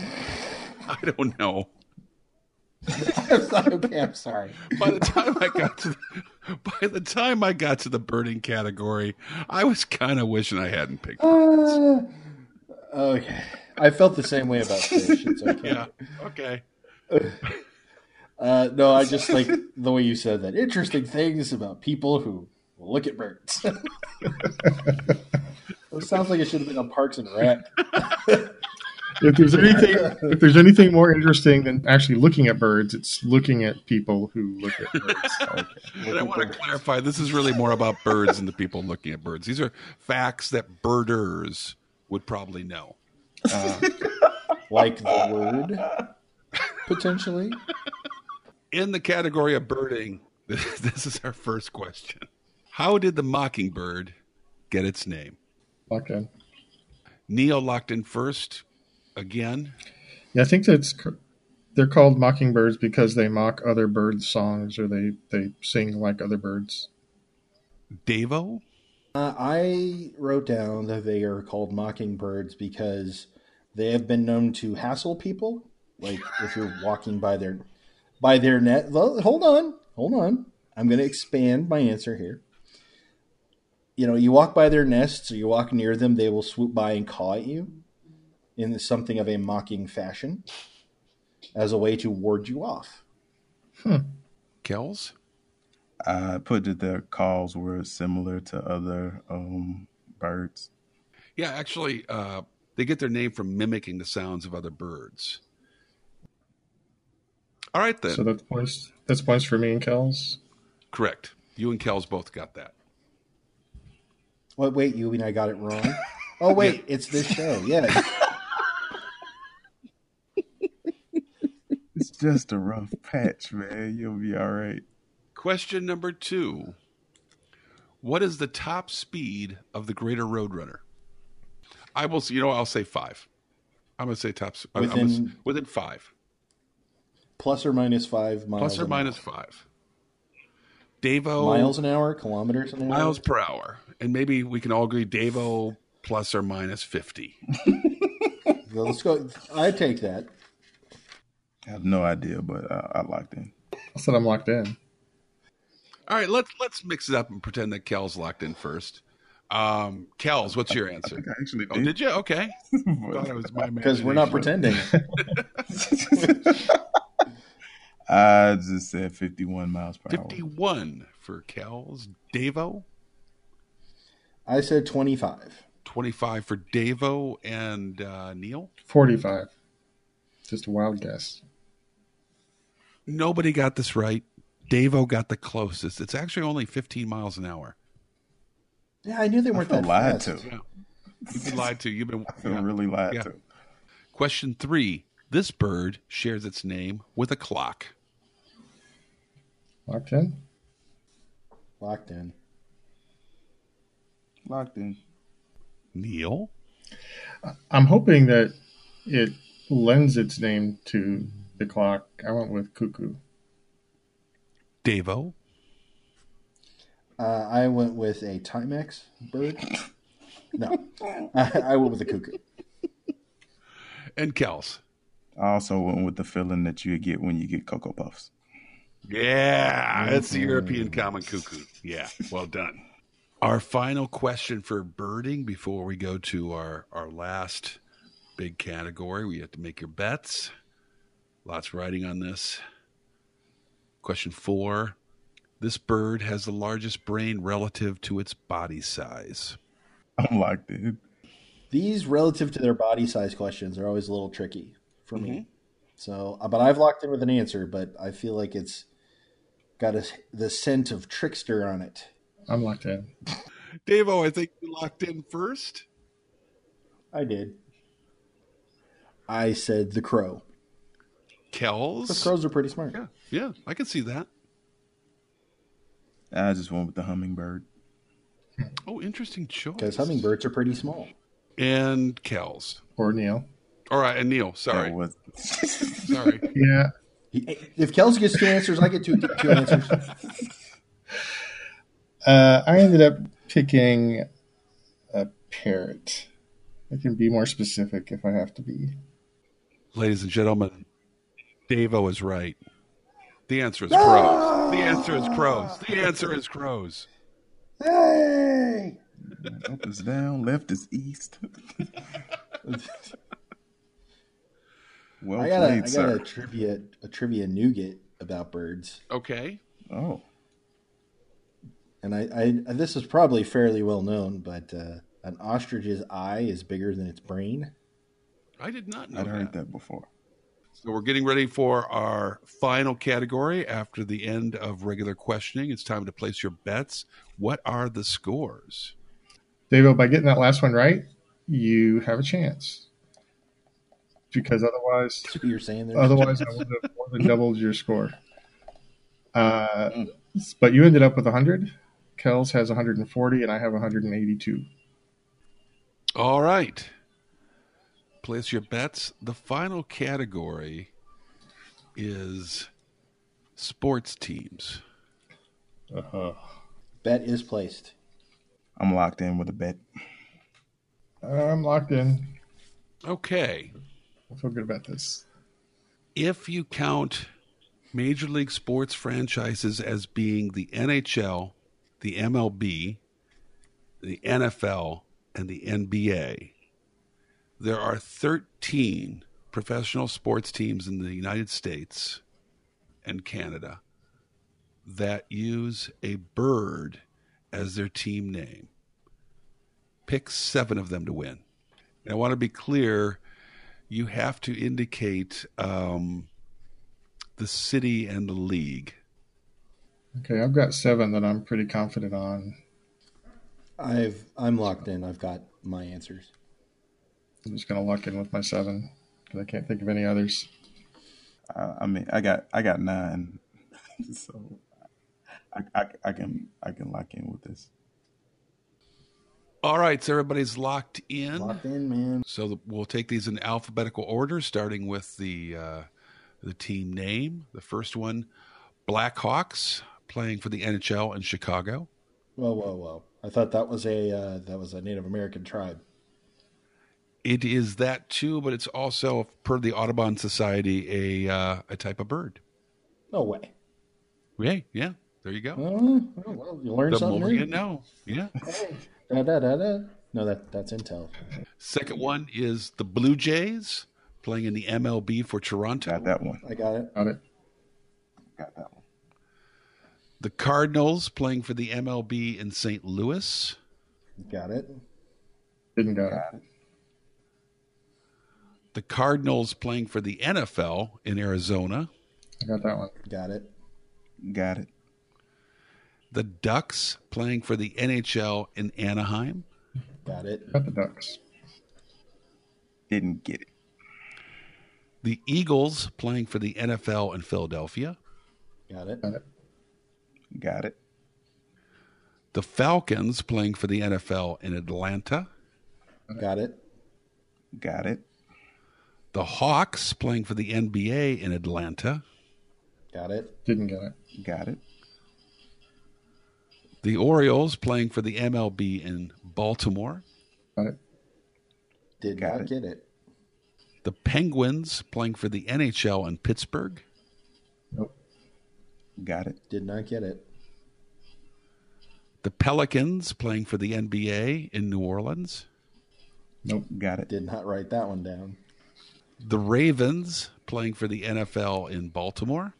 Speaker 4: I don't know.
Speaker 1: I'm sorry. Okay, I'm sorry.
Speaker 4: By the time I got to by the time I got to the birding category, I was kind of wishing I hadn't picked. Birds.
Speaker 1: Uh, okay. I felt the same way about fish. It's okay.
Speaker 4: Yeah. Okay.
Speaker 1: Uh, no, I just like the way you said that. Interesting things about people who look at birds. it sounds like it should have been on Parks and Rec.
Speaker 3: If there's anything, if there's anything more interesting than actually looking at birds, it's looking at people who look at birds.
Speaker 4: And I want to clarify this is really more about birds than the people looking at birds. These are facts that birders would probably know.
Speaker 1: Like the word, potentially.
Speaker 4: In the category of birding, this is our first question. How did the mockingbird get its name?
Speaker 3: Locked in.
Speaker 4: Neil locked in first again.
Speaker 3: Yeah, I think that's cor- they're called mockingbirds because they mock other bird songs or they they sing like other birds.
Speaker 4: Davo?
Speaker 1: Uh, I wrote down that they are called mockingbirds because they have been known to hassle people. Like if you're walking by their by their net. Well, hold on, hold on. I'm going to expand my answer here. You know, you walk by their nests or you walk near them, they will swoop by and caw at you in something of a mocking fashion as a way to ward you off.
Speaker 4: Kells?
Speaker 2: I put that their calls were similar to other um, birds.
Speaker 4: Yeah, actually, uh, they get their name from mimicking the sounds of other birds. All right, then.
Speaker 3: So that's points. That's points for me and Kells.
Speaker 4: Correct. You and Kells both got that.
Speaker 1: Wait, Oh, wait, you and I got it wrong. Oh wait, it's this show. Yeah.
Speaker 2: It's just a rough patch, man. You'll be all right.
Speaker 4: Question number two What is the top speed of the greater roadrunner? I will, s- you know, I'll say five. I'm going to say top, s- I'm gonna s-
Speaker 1: Within-
Speaker 4: within five,
Speaker 1: Plus or minus 5 miles.
Speaker 4: plus or
Speaker 1: an hour.
Speaker 4: minus
Speaker 2: Oh.
Speaker 4: five. Davo,
Speaker 1: miles an hour, kilometers an hour.
Speaker 4: miles per hour. And maybe we can all agree Davo plus or minus 50.
Speaker 1: Well, let's go. I take that.
Speaker 2: I have no idea, but I, I locked in.
Speaker 3: I said I'm locked in.
Speaker 4: All right, let's let's mix it up and pretend that Kel's locked in first. Um, Kel's, what's your
Speaker 2: I
Speaker 4: answer?
Speaker 2: think I actually
Speaker 4: Oh, did you? Okay, thought it was my
Speaker 1: Because we're not
Speaker 4: imagination.
Speaker 1: pretending.
Speaker 2: I just said 51 miles per hour.
Speaker 4: 51 for Kells. Davo,
Speaker 1: I said 25.
Speaker 4: 25 for Davo and uh, Neil.
Speaker 3: 45. Just a wild guess.
Speaker 4: Nobody got this right. Davo got the closest. It's actually only 15 miles an hour.
Speaker 1: Yeah, I knew they
Speaker 2: I
Speaker 1: weren't
Speaker 2: feel
Speaker 1: that
Speaker 2: lied
Speaker 1: fast.
Speaker 2: to.
Speaker 4: Yeah. You've been lied to. You've been.
Speaker 2: I feel
Speaker 4: yeah.
Speaker 2: really lied
Speaker 4: Yeah.
Speaker 2: to.
Speaker 4: Question three. This bird shares its name with a clock.
Speaker 3: Locked in?
Speaker 1: Locked in.
Speaker 2: Locked in.
Speaker 4: Neil?
Speaker 3: I'm hoping that it lends its name to the clock. I went with cuckoo.
Speaker 4: Davo?
Speaker 1: Uh, I went with a Timex bird. No, I, I went with a cuckoo.
Speaker 4: And Kells.
Speaker 2: I also went with the feeling that you get when you get Cocoa Puffs.
Speaker 4: Yeah, it's the European common cuckoo. Yeah, well done. Our final question for birding before we go to our, our last big category. We have to make your bets. Lots riding on this. Question four This bird has the largest brain relative to its body size.
Speaker 2: I'm locked in.
Speaker 1: These relative to their body size questions are always a little tricky for
Speaker 2: Mm-hmm.
Speaker 1: me. So, uh, but I've locked in with an answer, but I feel like it's got a, the scent of trickster on it.
Speaker 3: I'm locked in.
Speaker 4: Dave, oh, I think you locked in first.
Speaker 1: I did. I said the crow. The
Speaker 4: Kells.
Speaker 1: crows are pretty smart.
Speaker 4: Yeah, yeah, I can see that.
Speaker 2: I just went with the hummingbird.
Speaker 4: Oh, interesting choice.
Speaker 1: Because hummingbirds are pretty small.
Speaker 4: And Kells.
Speaker 3: Or Neil.
Speaker 4: All right, and Neil. Sorry,
Speaker 2: That was
Speaker 4: sorry.
Speaker 3: Yeah.
Speaker 1: If Kelsey gets two answers, I get two, two answers.
Speaker 3: Uh, I ended up picking a parrot. I can be more specific if I have to be.
Speaker 4: Ladies and gentlemen, Davo is right. The answer is
Speaker 1: Oh,
Speaker 4: crows. The answer is crows. The answer is crows.
Speaker 1: Hey!
Speaker 2: up is down, left is east. well
Speaker 1: I got, a, I
Speaker 2: played,
Speaker 1: got
Speaker 2: sir.
Speaker 1: a trivia a trivia nougat about birds,
Speaker 4: Okay.
Speaker 2: Oh,
Speaker 1: and I, I this is probably fairly well known, but uh, an ostrich's eye is bigger than its brain.
Speaker 4: I did not know
Speaker 2: I'd heard
Speaker 4: that.
Speaker 2: that before.
Speaker 4: So we're getting ready for our final category after the end of regular questioning. It's time to place your bets. What are the scores?
Speaker 3: Davo, by getting that last one right, you have a chance. Because otherwise,
Speaker 1: That's what you're saying there.
Speaker 3: otherwise I would have more than doubled your score. Uh, but you ended up with 100. Kells has 140, and I have 182.
Speaker 4: All right. Place your bets. The final category is sports teams.
Speaker 3: Uh-huh.
Speaker 1: Bet is placed.
Speaker 2: I'm locked in with a bet.
Speaker 3: I'm locked in.
Speaker 4: Okay.
Speaker 3: I feel good about this.
Speaker 4: if you count major league sports franchises as being the NHL, the MLB, the NFL, and the NBA, there are 13 professional sports teams in the United States and Canada that use a bird as their team name. Pick seven of them to win. And I want to be clear you have to indicate um, the city and the league.
Speaker 3: Okay, I've got seven that I'm pretty confident on.
Speaker 1: I've I'm locked in. I've got my answers.
Speaker 3: I'm just going to lock in with my seven because I can't think of any others.
Speaker 2: I, I mean, I got I got nine, so I, I I can I can lock in with this.
Speaker 4: All right, so everybody's locked in.
Speaker 1: Locked in, man.
Speaker 4: So the, we'll take these in alphabetical order, starting with the uh, the team name. The first one, Blackhawks, playing for the NHL in Chicago.
Speaker 1: Whoa, whoa, whoa! I thought that was a uh, that was a Native American tribe.
Speaker 4: it is that too, but it's also, per the Audubon Society, a uh, a type of bird.
Speaker 1: No way.
Speaker 4: Yeah, yeah. There you go.
Speaker 1: Oh, well, you learn
Speaker 4: the
Speaker 1: something.
Speaker 4: more
Speaker 1: new.
Speaker 4: you know. Yeah.
Speaker 1: Da, da, da, da. No, that that's intel.
Speaker 4: Second one is the Blue Jays playing in the MLB for Toronto.
Speaker 2: Got that one.
Speaker 1: I got it.
Speaker 3: Got it.
Speaker 2: Got that one.
Speaker 4: The Cardinals playing for the MLB in St. Louis.
Speaker 1: Got it.
Speaker 3: Didn't got it.
Speaker 2: Got it.
Speaker 4: The Cardinals playing for the NFL in Arizona.
Speaker 3: I got that one.
Speaker 1: Got it.
Speaker 2: Got it.
Speaker 4: The Ducks playing for the NHL in Anaheim.
Speaker 1: Got it.
Speaker 3: Got the ducks.
Speaker 2: Didn't get it.
Speaker 4: The Eagles playing for the NFL in Philadelphia.
Speaker 1: Got it.
Speaker 3: Got it.
Speaker 2: Got it.
Speaker 4: The Falcons playing for the NFL in Atlanta.
Speaker 1: Got it.
Speaker 2: Got it.
Speaker 4: The Hawks playing for the NBA in Atlanta.
Speaker 1: Got it.
Speaker 3: Didn't get it.
Speaker 2: Got it.
Speaker 4: The Orioles playing for the MLB in Baltimore.
Speaker 3: Got it.
Speaker 1: Did
Speaker 2: Got
Speaker 1: not
Speaker 2: it.
Speaker 1: get it.
Speaker 4: The Penguins playing for the NHL in Pittsburgh.
Speaker 3: Nope.
Speaker 2: Got it.
Speaker 1: Did not get it.
Speaker 4: The Pelicans playing for the NBA in New Orleans.
Speaker 3: Nope.
Speaker 2: Got it.
Speaker 1: Did not write that one down.
Speaker 4: The Ravens playing for the NFL in Baltimore.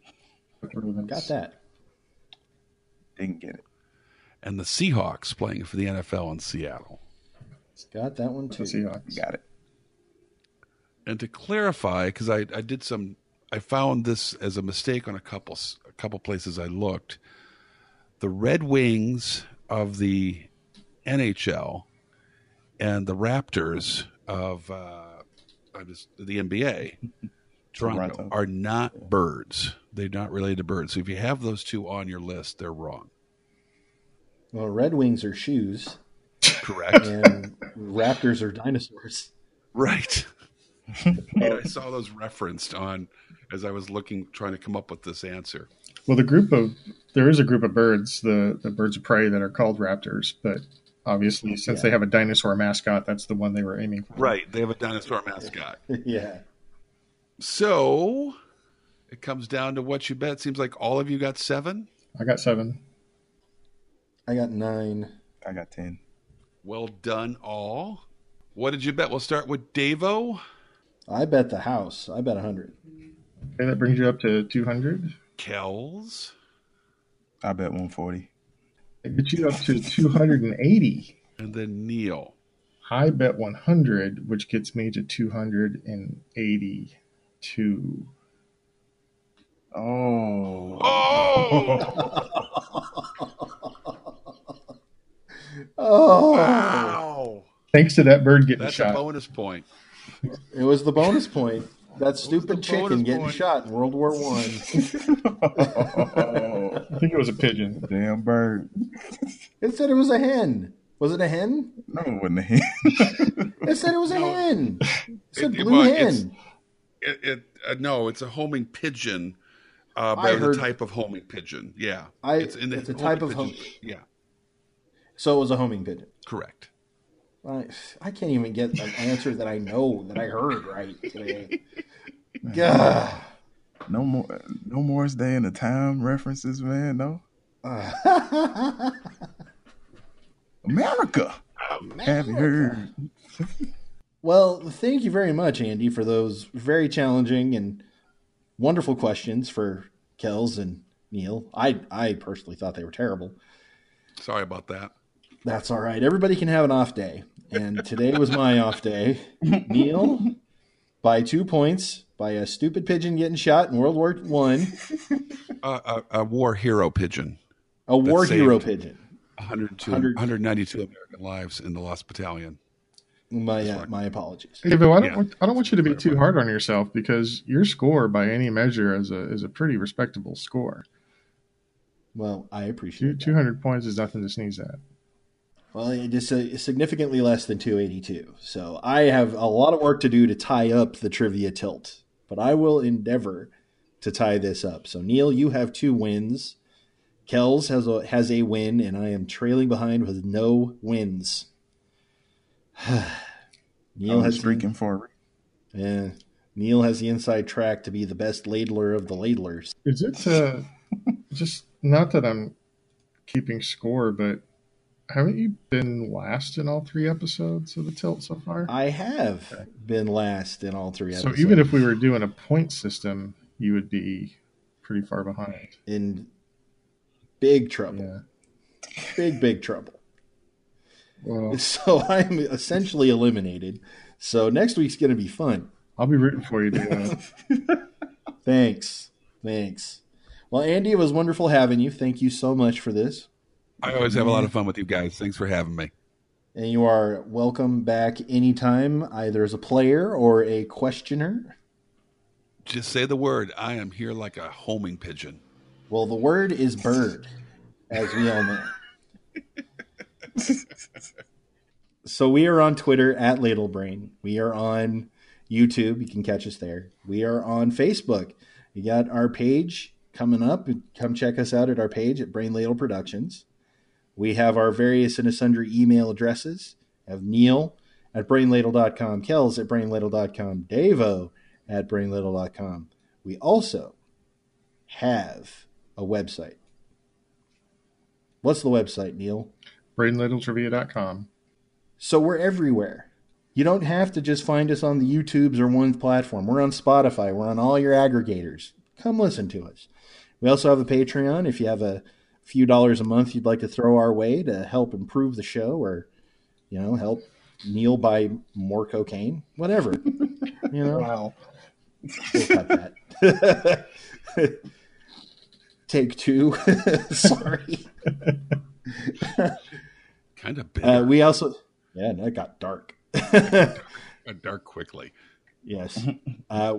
Speaker 3: Got the Ravens.
Speaker 1: Got that.
Speaker 2: Didn't get it.
Speaker 4: And the Seahawks playing for the NFL in Seattle.
Speaker 1: Got that one
Speaker 3: The
Speaker 1: too.
Speaker 3: Seahawks.
Speaker 2: Got it.
Speaker 4: And to clarify, because I, I did some, I found this as a mistake on a couple s- a couple places I looked. The Red Wings of the NHL and the Raptors of uh, I just, the NBA, Toronto,
Speaker 2: Toronto.
Speaker 4: are not birds. They're not related to birds. So if you have those two on your list, they're wrong.
Speaker 1: Well, Red Wings are shoes,
Speaker 4: Correct.
Speaker 1: and Raptors are dinosaurs.
Speaker 4: right. And I saw those referenced on as I was looking, trying to come up with this answer.
Speaker 3: Well, the group of there is a group of birds, the the birds of prey that are called raptors, but obviously since they have a dinosaur mascot, that's the one they were aiming for.
Speaker 4: Right. They have a dinosaur mascot.
Speaker 1: yeah.
Speaker 4: So it comes down to what you bet. Seems like all of you got seven.
Speaker 3: I got seven.
Speaker 1: I got nine.
Speaker 2: I got 10.
Speaker 4: Well done, all. What did you bet? We'll start with Davo.
Speaker 1: I bet the house. I bet a hundred.
Speaker 3: Okay, that brings you up to two hundred.
Speaker 4: Kells.
Speaker 2: I bet 140.
Speaker 3: It gets you up to two hundred and eighty.
Speaker 4: And then Neil.
Speaker 3: I bet one hundred, which gets me to two hundred and eighty-two.
Speaker 2: Oh.
Speaker 1: Oh,
Speaker 4: Oh! wow!
Speaker 3: Thanks to that bird getting
Speaker 4: That's a
Speaker 3: shot.
Speaker 4: bonus point.
Speaker 1: it was the bonus point. That stupid
Speaker 4: the bonus
Speaker 1: chicken getting
Speaker 4: point?
Speaker 1: shot in World War One.
Speaker 3: I think it was a pigeon.
Speaker 2: Damn bird.
Speaker 1: It said it was a hen. Was it a hen?
Speaker 2: No, it wasn't a hen.
Speaker 1: It said it was a hen. It said
Speaker 4: It- it
Speaker 1: blue
Speaker 4: was. It's-
Speaker 1: hen.
Speaker 4: It, it, uh, no, it's a homing pigeon. Uh, but
Speaker 1: I
Speaker 4: it's
Speaker 1: heard-
Speaker 4: a type of homing pigeon. Yeah.
Speaker 1: I-
Speaker 4: the
Speaker 1: it's a type of
Speaker 4: pigeon-
Speaker 1: homing-
Speaker 4: Yeah,
Speaker 1: So it was a homing pigeon.
Speaker 4: correct.
Speaker 1: I, I can't even get an answer that I know that I heard right today. Gah.
Speaker 2: No more. No Morris Day and the Time references, man. No. America. Have you heard?
Speaker 1: Well, thank you very much, Andy, for those very challenging and wonderful questions for Kells and Neil. I I personally thought they were terrible.
Speaker 4: Sorry about that.
Speaker 1: That's all right. Everybody can have an off day, and today was my off day. Neil, by two points, by a stupid pigeon getting shot in World War One,
Speaker 4: Uh, a, a war hero pigeon.
Speaker 1: a war
Speaker 4: saved.
Speaker 1: hero pigeon.
Speaker 4: 102,
Speaker 1: 100
Speaker 4: 192 American lives in the Lost Battalion.
Speaker 1: My uh, my apologies.
Speaker 3: Hey, Bill, I don't,
Speaker 4: Yeah.
Speaker 3: want, I don't want you to be too hard on yourself because your score, by any measure, is a is a pretty respectable score.
Speaker 1: Well, I
Speaker 3: Two
Speaker 1: appreciate it.
Speaker 3: two hundred points is nothing to sneeze at.
Speaker 1: Well, it is uh significantly less than 282. So I have a lot of work to do to tie up the trivia tilt, but I will endeavor to tie this up. So Neil, you have two wins. Kells has a has a win, and I am trailing behind with no wins.
Speaker 2: Oh,
Speaker 1: Neil has the,
Speaker 2: streaking for it.
Speaker 1: eh, Neil has the inside track to be the best ladler of the ladlers.
Speaker 3: Is it uh, just not that I'm keeping score, but haven't you been last in all three episodes of the tilt so far?
Speaker 1: I have been last in all three
Speaker 3: so
Speaker 1: episodes.
Speaker 3: even if we were doing a point system, you would be pretty far behind.
Speaker 1: in big trouble,
Speaker 3: Yeah.
Speaker 1: big big trouble.
Speaker 3: Well,
Speaker 1: So I'm essentially eliminated. So next week's going to be fun.
Speaker 3: I'll be rooting for you. To, uh,
Speaker 1: Thanks. Thanks. Well, Andy, it was wonderful having you. Thank you so much for this.
Speaker 4: I always have a lot of fun with you guys. Thanks for having me.
Speaker 1: And you are welcome back anytime, either as a player or a questioner.
Speaker 4: Just say the word. I am here like a homing pigeon.
Speaker 1: Well, the word is bird, as we all know. So we are on Twitter at Ladlebrain. We are on YouTube. You can catch us there. We are on Facebook. You got our page coming up. Come check us out at our page at Brain Ladle Productions. We have our various and sundry email addresses. We have Neil at brainladle.com, Kells at brainladle.com, Davo at brainladle.com. We also have a website. What's the website, Neil?
Speaker 3: BradenLittleTrivia.com.
Speaker 1: So we're everywhere. You don't have to just find us on the YouTubes or one platform. We're on Spotify. We're on all your aggregators. Come listen to us. We also have a Patreon. If you have a few dollars a month you'd like to throw our way to help improve the show or, you know, help Neil buy more cocaine, whatever. you know,
Speaker 3: Wow.
Speaker 1: We'll cut that. Take two. Sorry.
Speaker 4: Kind of bitter.
Speaker 1: Uh, we also, yeah, that got dark.
Speaker 4: got dark quickly.
Speaker 1: Yes. uh,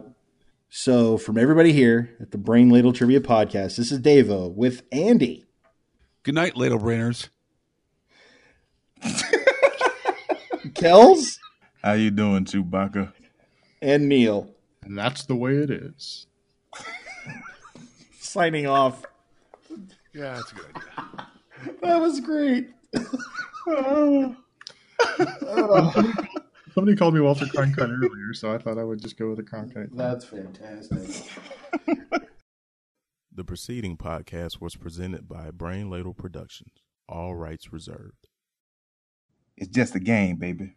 Speaker 1: so, from everybody here at the Brain Ladle Trivia Podcast, this is Davo with Andy.
Speaker 4: Good night, ladle brainers.
Speaker 1: Kells
Speaker 2: How you doing, Chewbacca?
Speaker 1: and Neil
Speaker 3: And that's the way it is.
Speaker 1: signing off.
Speaker 4: Yeah, that's a good idea.
Speaker 1: That was great.
Speaker 3: Somebody called me Walter Cronkite earlier, so I thought I would just go with a Cronkite.
Speaker 1: That's fantastic.
Speaker 5: The preceding podcast was presented by Brain Ladle Productions, all rights reserved.
Speaker 2: It's just a game, baby.